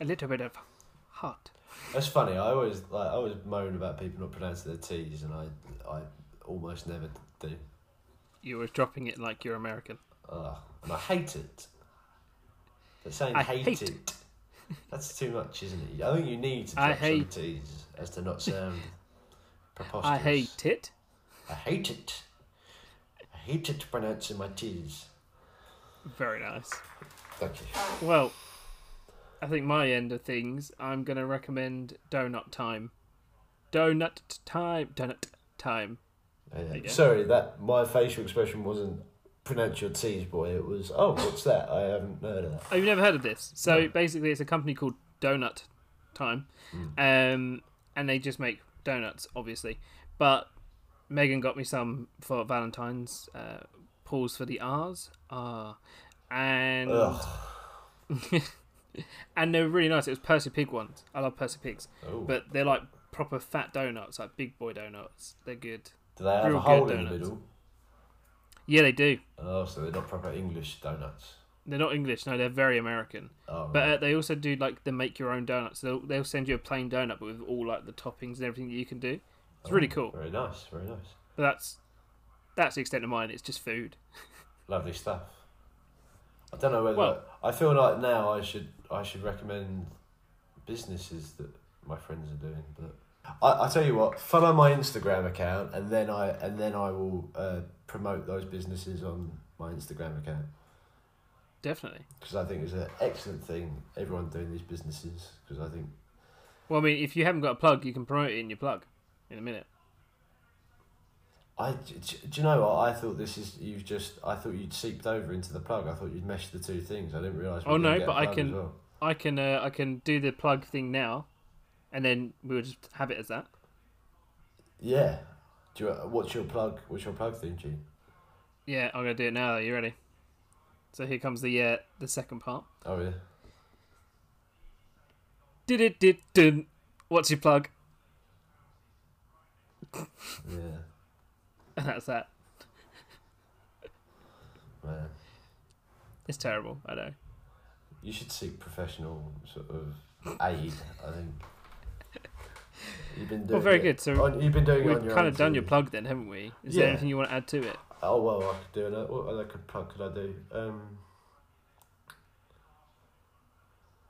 [SPEAKER 1] A little bit of heart.
[SPEAKER 2] That's funny. I always like I always moan about people not pronouncing their T's, and I I almost never do.
[SPEAKER 1] You were dropping it like you're American.
[SPEAKER 2] Ugh, and I hate it. But saying
[SPEAKER 1] I
[SPEAKER 2] hate,
[SPEAKER 1] hate
[SPEAKER 2] it, that's too much, isn't it? I think you need to drop
[SPEAKER 1] I
[SPEAKER 2] some
[SPEAKER 1] hate-
[SPEAKER 2] T's as to not sound preposterous.
[SPEAKER 1] I hate it.
[SPEAKER 2] I hate it. I hate it pronouncing my T's.
[SPEAKER 1] Very nice.
[SPEAKER 2] Thank you.
[SPEAKER 1] Well, I think my end of things, I'm going to recommend Donut Time. Donut Time. Donut Time.
[SPEAKER 2] Yeah.
[SPEAKER 1] you go.
[SPEAKER 2] Sorry, that my facial expression wasn't pronounce your T's, boy. It was oh, what's that? I haven't heard of that.
[SPEAKER 1] Oh, you've never heard of this? So basically, it's a company called Donut Time, um, and they just make donuts, obviously. But Megan got me some for Valentine's. Uh, pause for the R's. Ah, and
[SPEAKER 2] Ugh.
[SPEAKER 1] and they were really nice. It was Percy Pig ones. I love Percy Pigs,
[SPEAKER 2] Oh.
[SPEAKER 1] but they're like proper fat donuts, like big boy donuts. They're good.
[SPEAKER 2] Do they have
[SPEAKER 1] real
[SPEAKER 2] a hole
[SPEAKER 1] good
[SPEAKER 2] in the
[SPEAKER 1] donuts.
[SPEAKER 2] middle?
[SPEAKER 1] Yeah, they do.
[SPEAKER 2] Oh, so they're not proper English donuts.
[SPEAKER 1] They're not English. No, they're very American.
[SPEAKER 2] Oh,
[SPEAKER 1] But uh, they also do like the make your own donuts. They'll they'll send you a plain donut but with all like the toppings and everything that you can do. It's really cool.
[SPEAKER 2] oh, Very nice. Very nice.
[SPEAKER 1] But that's that's the extent of mine. It's just food.
[SPEAKER 2] Lovely stuff. I don't know whether
[SPEAKER 1] Well-
[SPEAKER 2] I feel like now I should I should recommend businesses that my friends are doing, but I, I tell you what, follow my Instagram account and then I and then I will uh, promote those businesses on my Instagram account
[SPEAKER 1] Definitely.
[SPEAKER 2] because I think it's an excellent thing everyone doing these businesses because I think
[SPEAKER 1] Well, I mean, if you haven't got a plug, you can promote it in your plug in a minute.
[SPEAKER 2] I d- d- do you know what I thought this is you've just I thought you'd seeped over into the plug I thought you'd meshed the two things I didn't realize we
[SPEAKER 1] Oh,
[SPEAKER 2] were gonna
[SPEAKER 1] no,
[SPEAKER 2] get a
[SPEAKER 1] but I
[SPEAKER 2] plug as
[SPEAKER 1] can-
[SPEAKER 2] well.
[SPEAKER 1] I can uh, I can do the plug thing now, and then we'll just have it as that.
[SPEAKER 2] yeah do you, uh, what's your plug what's your plug theme Gene?
[SPEAKER 1] Yeah, I'm gonna do it now. Are you ready? So here comes the uh, the second part.
[SPEAKER 2] Oh yeah.
[SPEAKER 1] Did it did did. What's your plug?
[SPEAKER 2] Yeah.
[SPEAKER 1] And that's that.
[SPEAKER 2] Man.
[SPEAKER 1] It's terrible. I know.
[SPEAKER 2] You should seek professional sort of aid, I think. You've been doing
[SPEAKER 1] Well, very
[SPEAKER 2] it- Oh,
[SPEAKER 1] good. So
[SPEAKER 2] on- you've been doing it on
[SPEAKER 1] We've
[SPEAKER 2] your
[SPEAKER 1] kind
[SPEAKER 2] own
[SPEAKER 1] of done your
[SPEAKER 2] too.
[SPEAKER 1] plug then, haven't we? Is
[SPEAKER 2] Yeah.
[SPEAKER 1] there anything you want to add to it?
[SPEAKER 2] Oh well I could do another what other could plug could I do? Um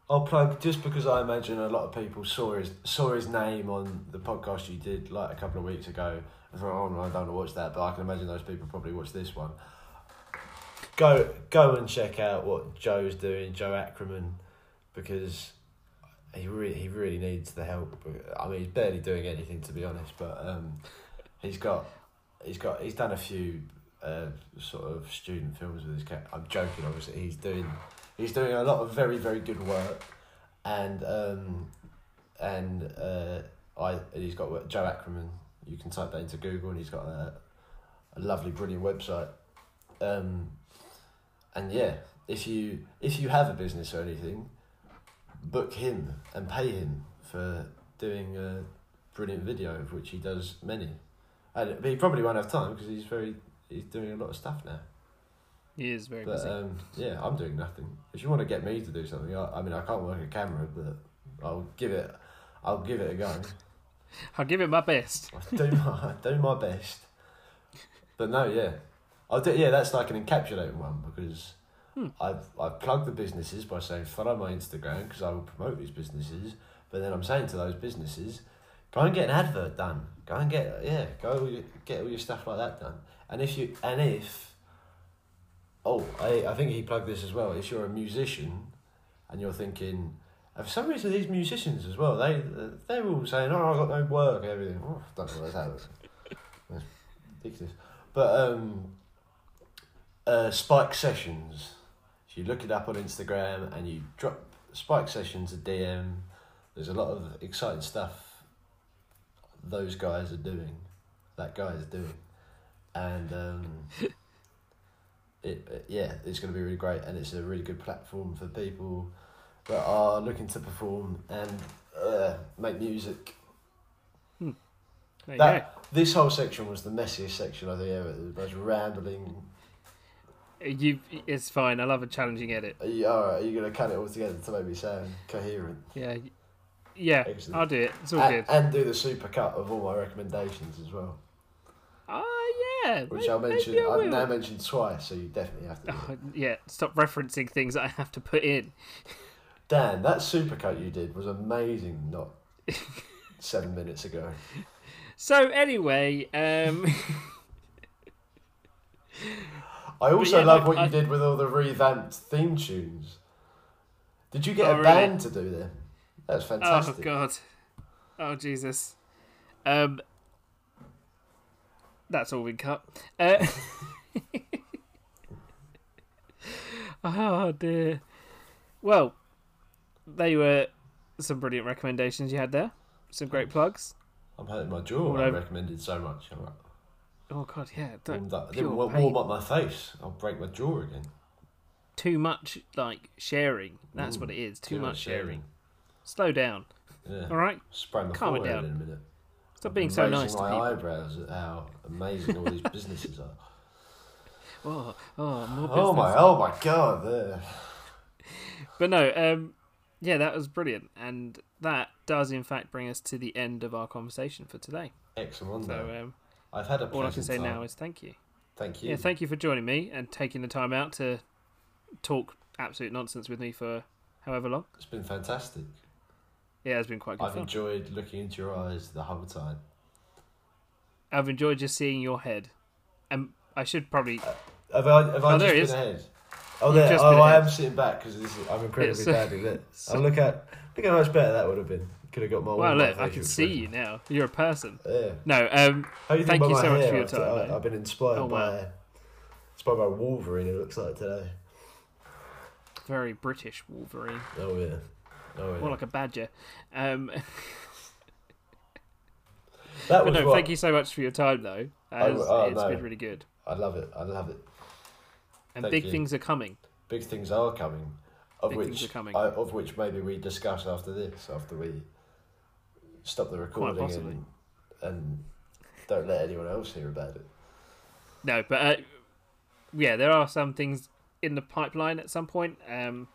[SPEAKER 2] I'll plug just because I imagine a lot of people saw his saw his name on the podcast you did like a couple of weeks ago and thought, oh no, I don't want to watch that, but I can imagine those people probably watch this one. Go go and check out what Joe's doing, Joe Ackerman, because he really he really needs the help. I mean, he's barely doing anything to be honest, but um, he's got he's got he's done a few uh, sort of student films with his cat. I'm joking, obviously. He's doing he's doing a lot of very very good work, and um, and uh, I and he's got Joe Ackerman. You can type that into Google, and he's got a, a lovely, brilliant website. Um, and yeah, if you if you have a business or anything, book him and pay him for doing a brilliant video, of which he does many. And but he probably won't have time because he's very he's doing a lot of stuff now.
[SPEAKER 1] He is very
[SPEAKER 2] But
[SPEAKER 1] busy.
[SPEAKER 2] um, yeah, I'm doing nothing. If you want to get me to do something, I, I mean, I can't work a camera, but I'll give it. I'll give it a go.
[SPEAKER 1] I'll give it my best.
[SPEAKER 2] I'll do my do my best. But no, yeah, I'll do. Yeah, that's like an encapsulating one because I've I've plugged the businesses by saying follow my Instagram because I will promote these businesses. But then I'm saying to those businesses, go and get an advert done. Go and get yeah, go all your- get all your stuff like that done. And if you and if oh, I, I think he plugged this as well. If you're a musician and you're thinking, and for some reason, these musicians as well, they they're all saying, "Oh, I got no work, everything." Oh, I don't know what's happening. That's ridiculous. But um, uh, Spike Sessions. If you look it up on Instagram and you drop Spike Sessions a DM, there's a lot of exciting stuff those guys are doing. That guy is doing, and um, it, it- yeah, it's going to be really great, and it's a really good platform for people that are looking to perform and uh, make music.
[SPEAKER 1] There you go.
[SPEAKER 2] That this whole section was the messiest section I think ever. It was rambling.
[SPEAKER 1] You, it's fine. I love a challenging edit.
[SPEAKER 2] Are you, all right, are you going to cut it all together to make me sound coherent?
[SPEAKER 1] Yeah, yeah.
[SPEAKER 2] Excellent. Ah.
[SPEAKER 1] I'll do it. It's all
[SPEAKER 2] And,
[SPEAKER 1] good.
[SPEAKER 2] and do the super cut of all my recommendations as well,
[SPEAKER 1] Oh yeah.
[SPEAKER 2] which
[SPEAKER 1] may-
[SPEAKER 2] I'll mention.
[SPEAKER 1] maybe I
[SPEAKER 2] I've
[SPEAKER 1] will.
[SPEAKER 2] now mentioned twice, so you definitely have to. Do it.
[SPEAKER 1] Oh, yeah. Stop referencing things that I have to put in.
[SPEAKER 2] Dan, that super cut you did was amazing. Not seven minutes ago.
[SPEAKER 1] So anyway, um,
[SPEAKER 2] I also
[SPEAKER 1] yeah,
[SPEAKER 2] love
[SPEAKER 1] like,
[SPEAKER 2] what
[SPEAKER 1] I-
[SPEAKER 2] you did with all the revamped theme tunes. Did you get
[SPEAKER 1] Oh,
[SPEAKER 2] a
[SPEAKER 1] really?
[SPEAKER 2] band to do them? That's
[SPEAKER 1] oh
[SPEAKER 2] fantastic.
[SPEAKER 1] god, oh Jesus, um, that's all we cut. Uh, oh dear. Well, they were some brilliant recommendations you had there. Some great plugs.
[SPEAKER 2] I'm hurting my jaw.
[SPEAKER 1] All
[SPEAKER 2] I
[SPEAKER 1] over-
[SPEAKER 2] recommended so much. I'm like,
[SPEAKER 1] Oh god, yeah. Don't,
[SPEAKER 2] warmed up. I
[SPEAKER 1] pure
[SPEAKER 2] didn't wa-
[SPEAKER 1] pain.
[SPEAKER 2] warm up my face. I'll break my jaw again.
[SPEAKER 1] too much like sharing. That's what it is. Too, much sharing. Slow down.
[SPEAKER 2] Yeah.
[SPEAKER 1] All right.
[SPEAKER 2] Sprain my
[SPEAKER 1] Calm it
[SPEAKER 2] forehead
[SPEAKER 1] down.
[SPEAKER 2] in a minute.
[SPEAKER 1] Stop being so
[SPEAKER 2] Raising
[SPEAKER 1] nice to
[SPEAKER 2] my
[SPEAKER 1] people.
[SPEAKER 2] eyebrows at how amazing all these businesses are.
[SPEAKER 1] Oh, oh, more business.
[SPEAKER 2] Oh my, oh my god! there.
[SPEAKER 1] But no, um, yeah, that was brilliant, and that does in fact bring us to the end of our conversation for today.
[SPEAKER 2] Excellent.
[SPEAKER 1] So
[SPEAKER 2] So,
[SPEAKER 1] um,
[SPEAKER 2] I've had a
[SPEAKER 1] all I can
[SPEAKER 2] pleasant
[SPEAKER 1] say
[SPEAKER 2] time.
[SPEAKER 1] now is thank you.
[SPEAKER 2] thank you.
[SPEAKER 1] Yeah, thank you for joining me and taking the time out to talk absolute nonsense with me for however long.
[SPEAKER 2] It's been fantastic.
[SPEAKER 1] Yeah, it's been quite good
[SPEAKER 2] I've
[SPEAKER 1] fun.
[SPEAKER 2] enjoyed looking into your eyes the whole time.
[SPEAKER 1] I've enjoyed just seeing your head, and I should probably
[SPEAKER 2] Uh, Have I, have I
[SPEAKER 1] Oh,
[SPEAKER 2] just
[SPEAKER 1] there
[SPEAKER 2] been
[SPEAKER 1] it is.
[SPEAKER 2] ahead? Oh,
[SPEAKER 1] You've
[SPEAKER 2] there.
[SPEAKER 1] just
[SPEAKER 2] Oh,
[SPEAKER 1] been
[SPEAKER 2] I
[SPEAKER 1] ahead.
[SPEAKER 2] am sitting back because I'm incredibly
[SPEAKER 1] It's-
[SPEAKER 2] badly lit. Oh, look at look how much better that would have been. Could have got my.
[SPEAKER 1] Wow,
[SPEAKER 2] all my
[SPEAKER 1] look, I can
[SPEAKER 2] facial
[SPEAKER 1] see you now. You're a person.
[SPEAKER 2] expression. Yeah.
[SPEAKER 1] No, um,
[SPEAKER 2] How you
[SPEAKER 1] Thank
[SPEAKER 2] think about
[SPEAKER 1] you
[SPEAKER 2] my
[SPEAKER 1] so much
[SPEAKER 2] hair?
[SPEAKER 1] for your
[SPEAKER 2] I've-
[SPEAKER 1] time,
[SPEAKER 2] I-
[SPEAKER 1] mate.
[SPEAKER 2] I've been inspired
[SPEAKER 1] Oh, wow.
[SPEAKER 2] by inspired by Wolverine. It looks like today.
[SPEAKER 1] very British Wolverine,
[SPEAKER 2] Oh yeah. Oh, yeah.
[SPEAKER 1] more like a badger. Um, but
[SPEAKER 2] that was
[SPEAKER 1] no,
[SPEAKER 2] what,
[SPEAKER 1] thank you so much for your time, though.
[SPEAKER 2] I-
[SPEAKER 1] As
[SPEAKER 2] oh,
[SPEAKER 1] it's
[SPEAKER 2] no.
[SPEAKER 1] been really good,
[SPEAKER 2] I love it. I love it.
[SPEAKER 1] and
[SPEAKER 2] Thank
[SPEAKER 1] big
[SPEAKER 2] you.
[SPEAKER 1] things are coming.
[SPEAKER 2] Big things are coming, of
[SPEAKER 1] Big
[SPEAKER 2] which
[SPEAKER 1] things are coming.
[SPEAKER 2] I, of which maybe we discuss after this, after we stop the recording
[SPEAKER 1] possibly.
[SPEAKER 2] and, and don't let anyone else hear about it.
[SPEAKER 1] No, but uh, yeah, there are some things in the pipeline at some point. Um,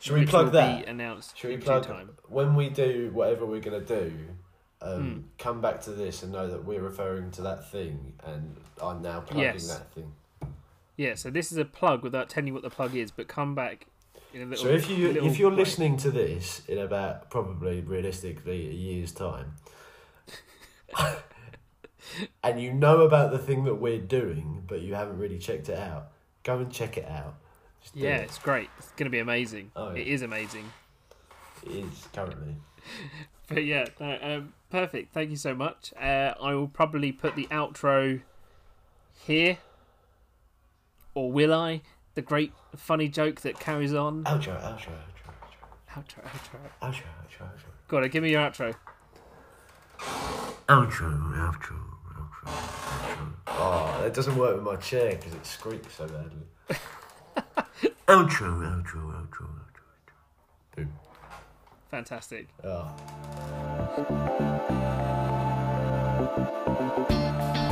[SPEAKER 2] Should we
[SPEAKER 1] which
[SPEAKER 2] plug
[SPEAKER 1] will
[SPEAKER 2] that?
[SPEAKER 1] Be announced.
[SPEAKER 2] Should we
[SPEAKER 1] in due
[SPEAKER 2] plug
[SPEAKER 1] time.
[SPEAKER 2] when we do whatever we're gonna do?
[SPEAKER 1] Hmm.
[SPEAKER 2] Um, Come back to this and know that we're referring to that thing, and I'm now plugging
[SPEAKER 1] Yes.
[SPEAKER 2] that thing.
[SPEAKER 1] Yeah, so this is a plug without telling you what the plug is, but come back in a little.
[SPEAKER 2] So if you
[SPEAKER 1] little
[SPEAKER 2] if you're
[SPEAKER 1] way.
[SPEAKER 2] listening to this in about probably realistically a year's time, and you know about the thing that we're doing, but you haven't really checked it out, go and check it out. Just do
[SPEAKER 1] yeah,
[SPEAKER 2] it.
[SPEAKER 1] it's great. It's gonna be amazing.
[SPEAKER 2] Oh, yeah.
[SPEAKER 1] It is amazing.
[SPEAKER 2] it is currently.
[SPEAKER 1] But yeah, no, um, perfect. Thank you so much. Uh, I will probably put the outro here, or will I? The great funny joke that carries on.
[SPEAKER 2] Outro, outro, outro,
[SPEAKER 1] Outro, outro.
[SPEAKER 2] outro, outro, outro, outro.
[SPEAKER 1] Go on, give me your outro.
[SPEAKER 2] Outro, outro, outro, outro. Oh, that doesn't work with my chair because it squeaks so badly. outro, outro, outro, outro. Boom. Ah.
[SPEAKER 1] Fantastic.
[SPEAKER 2] Oh.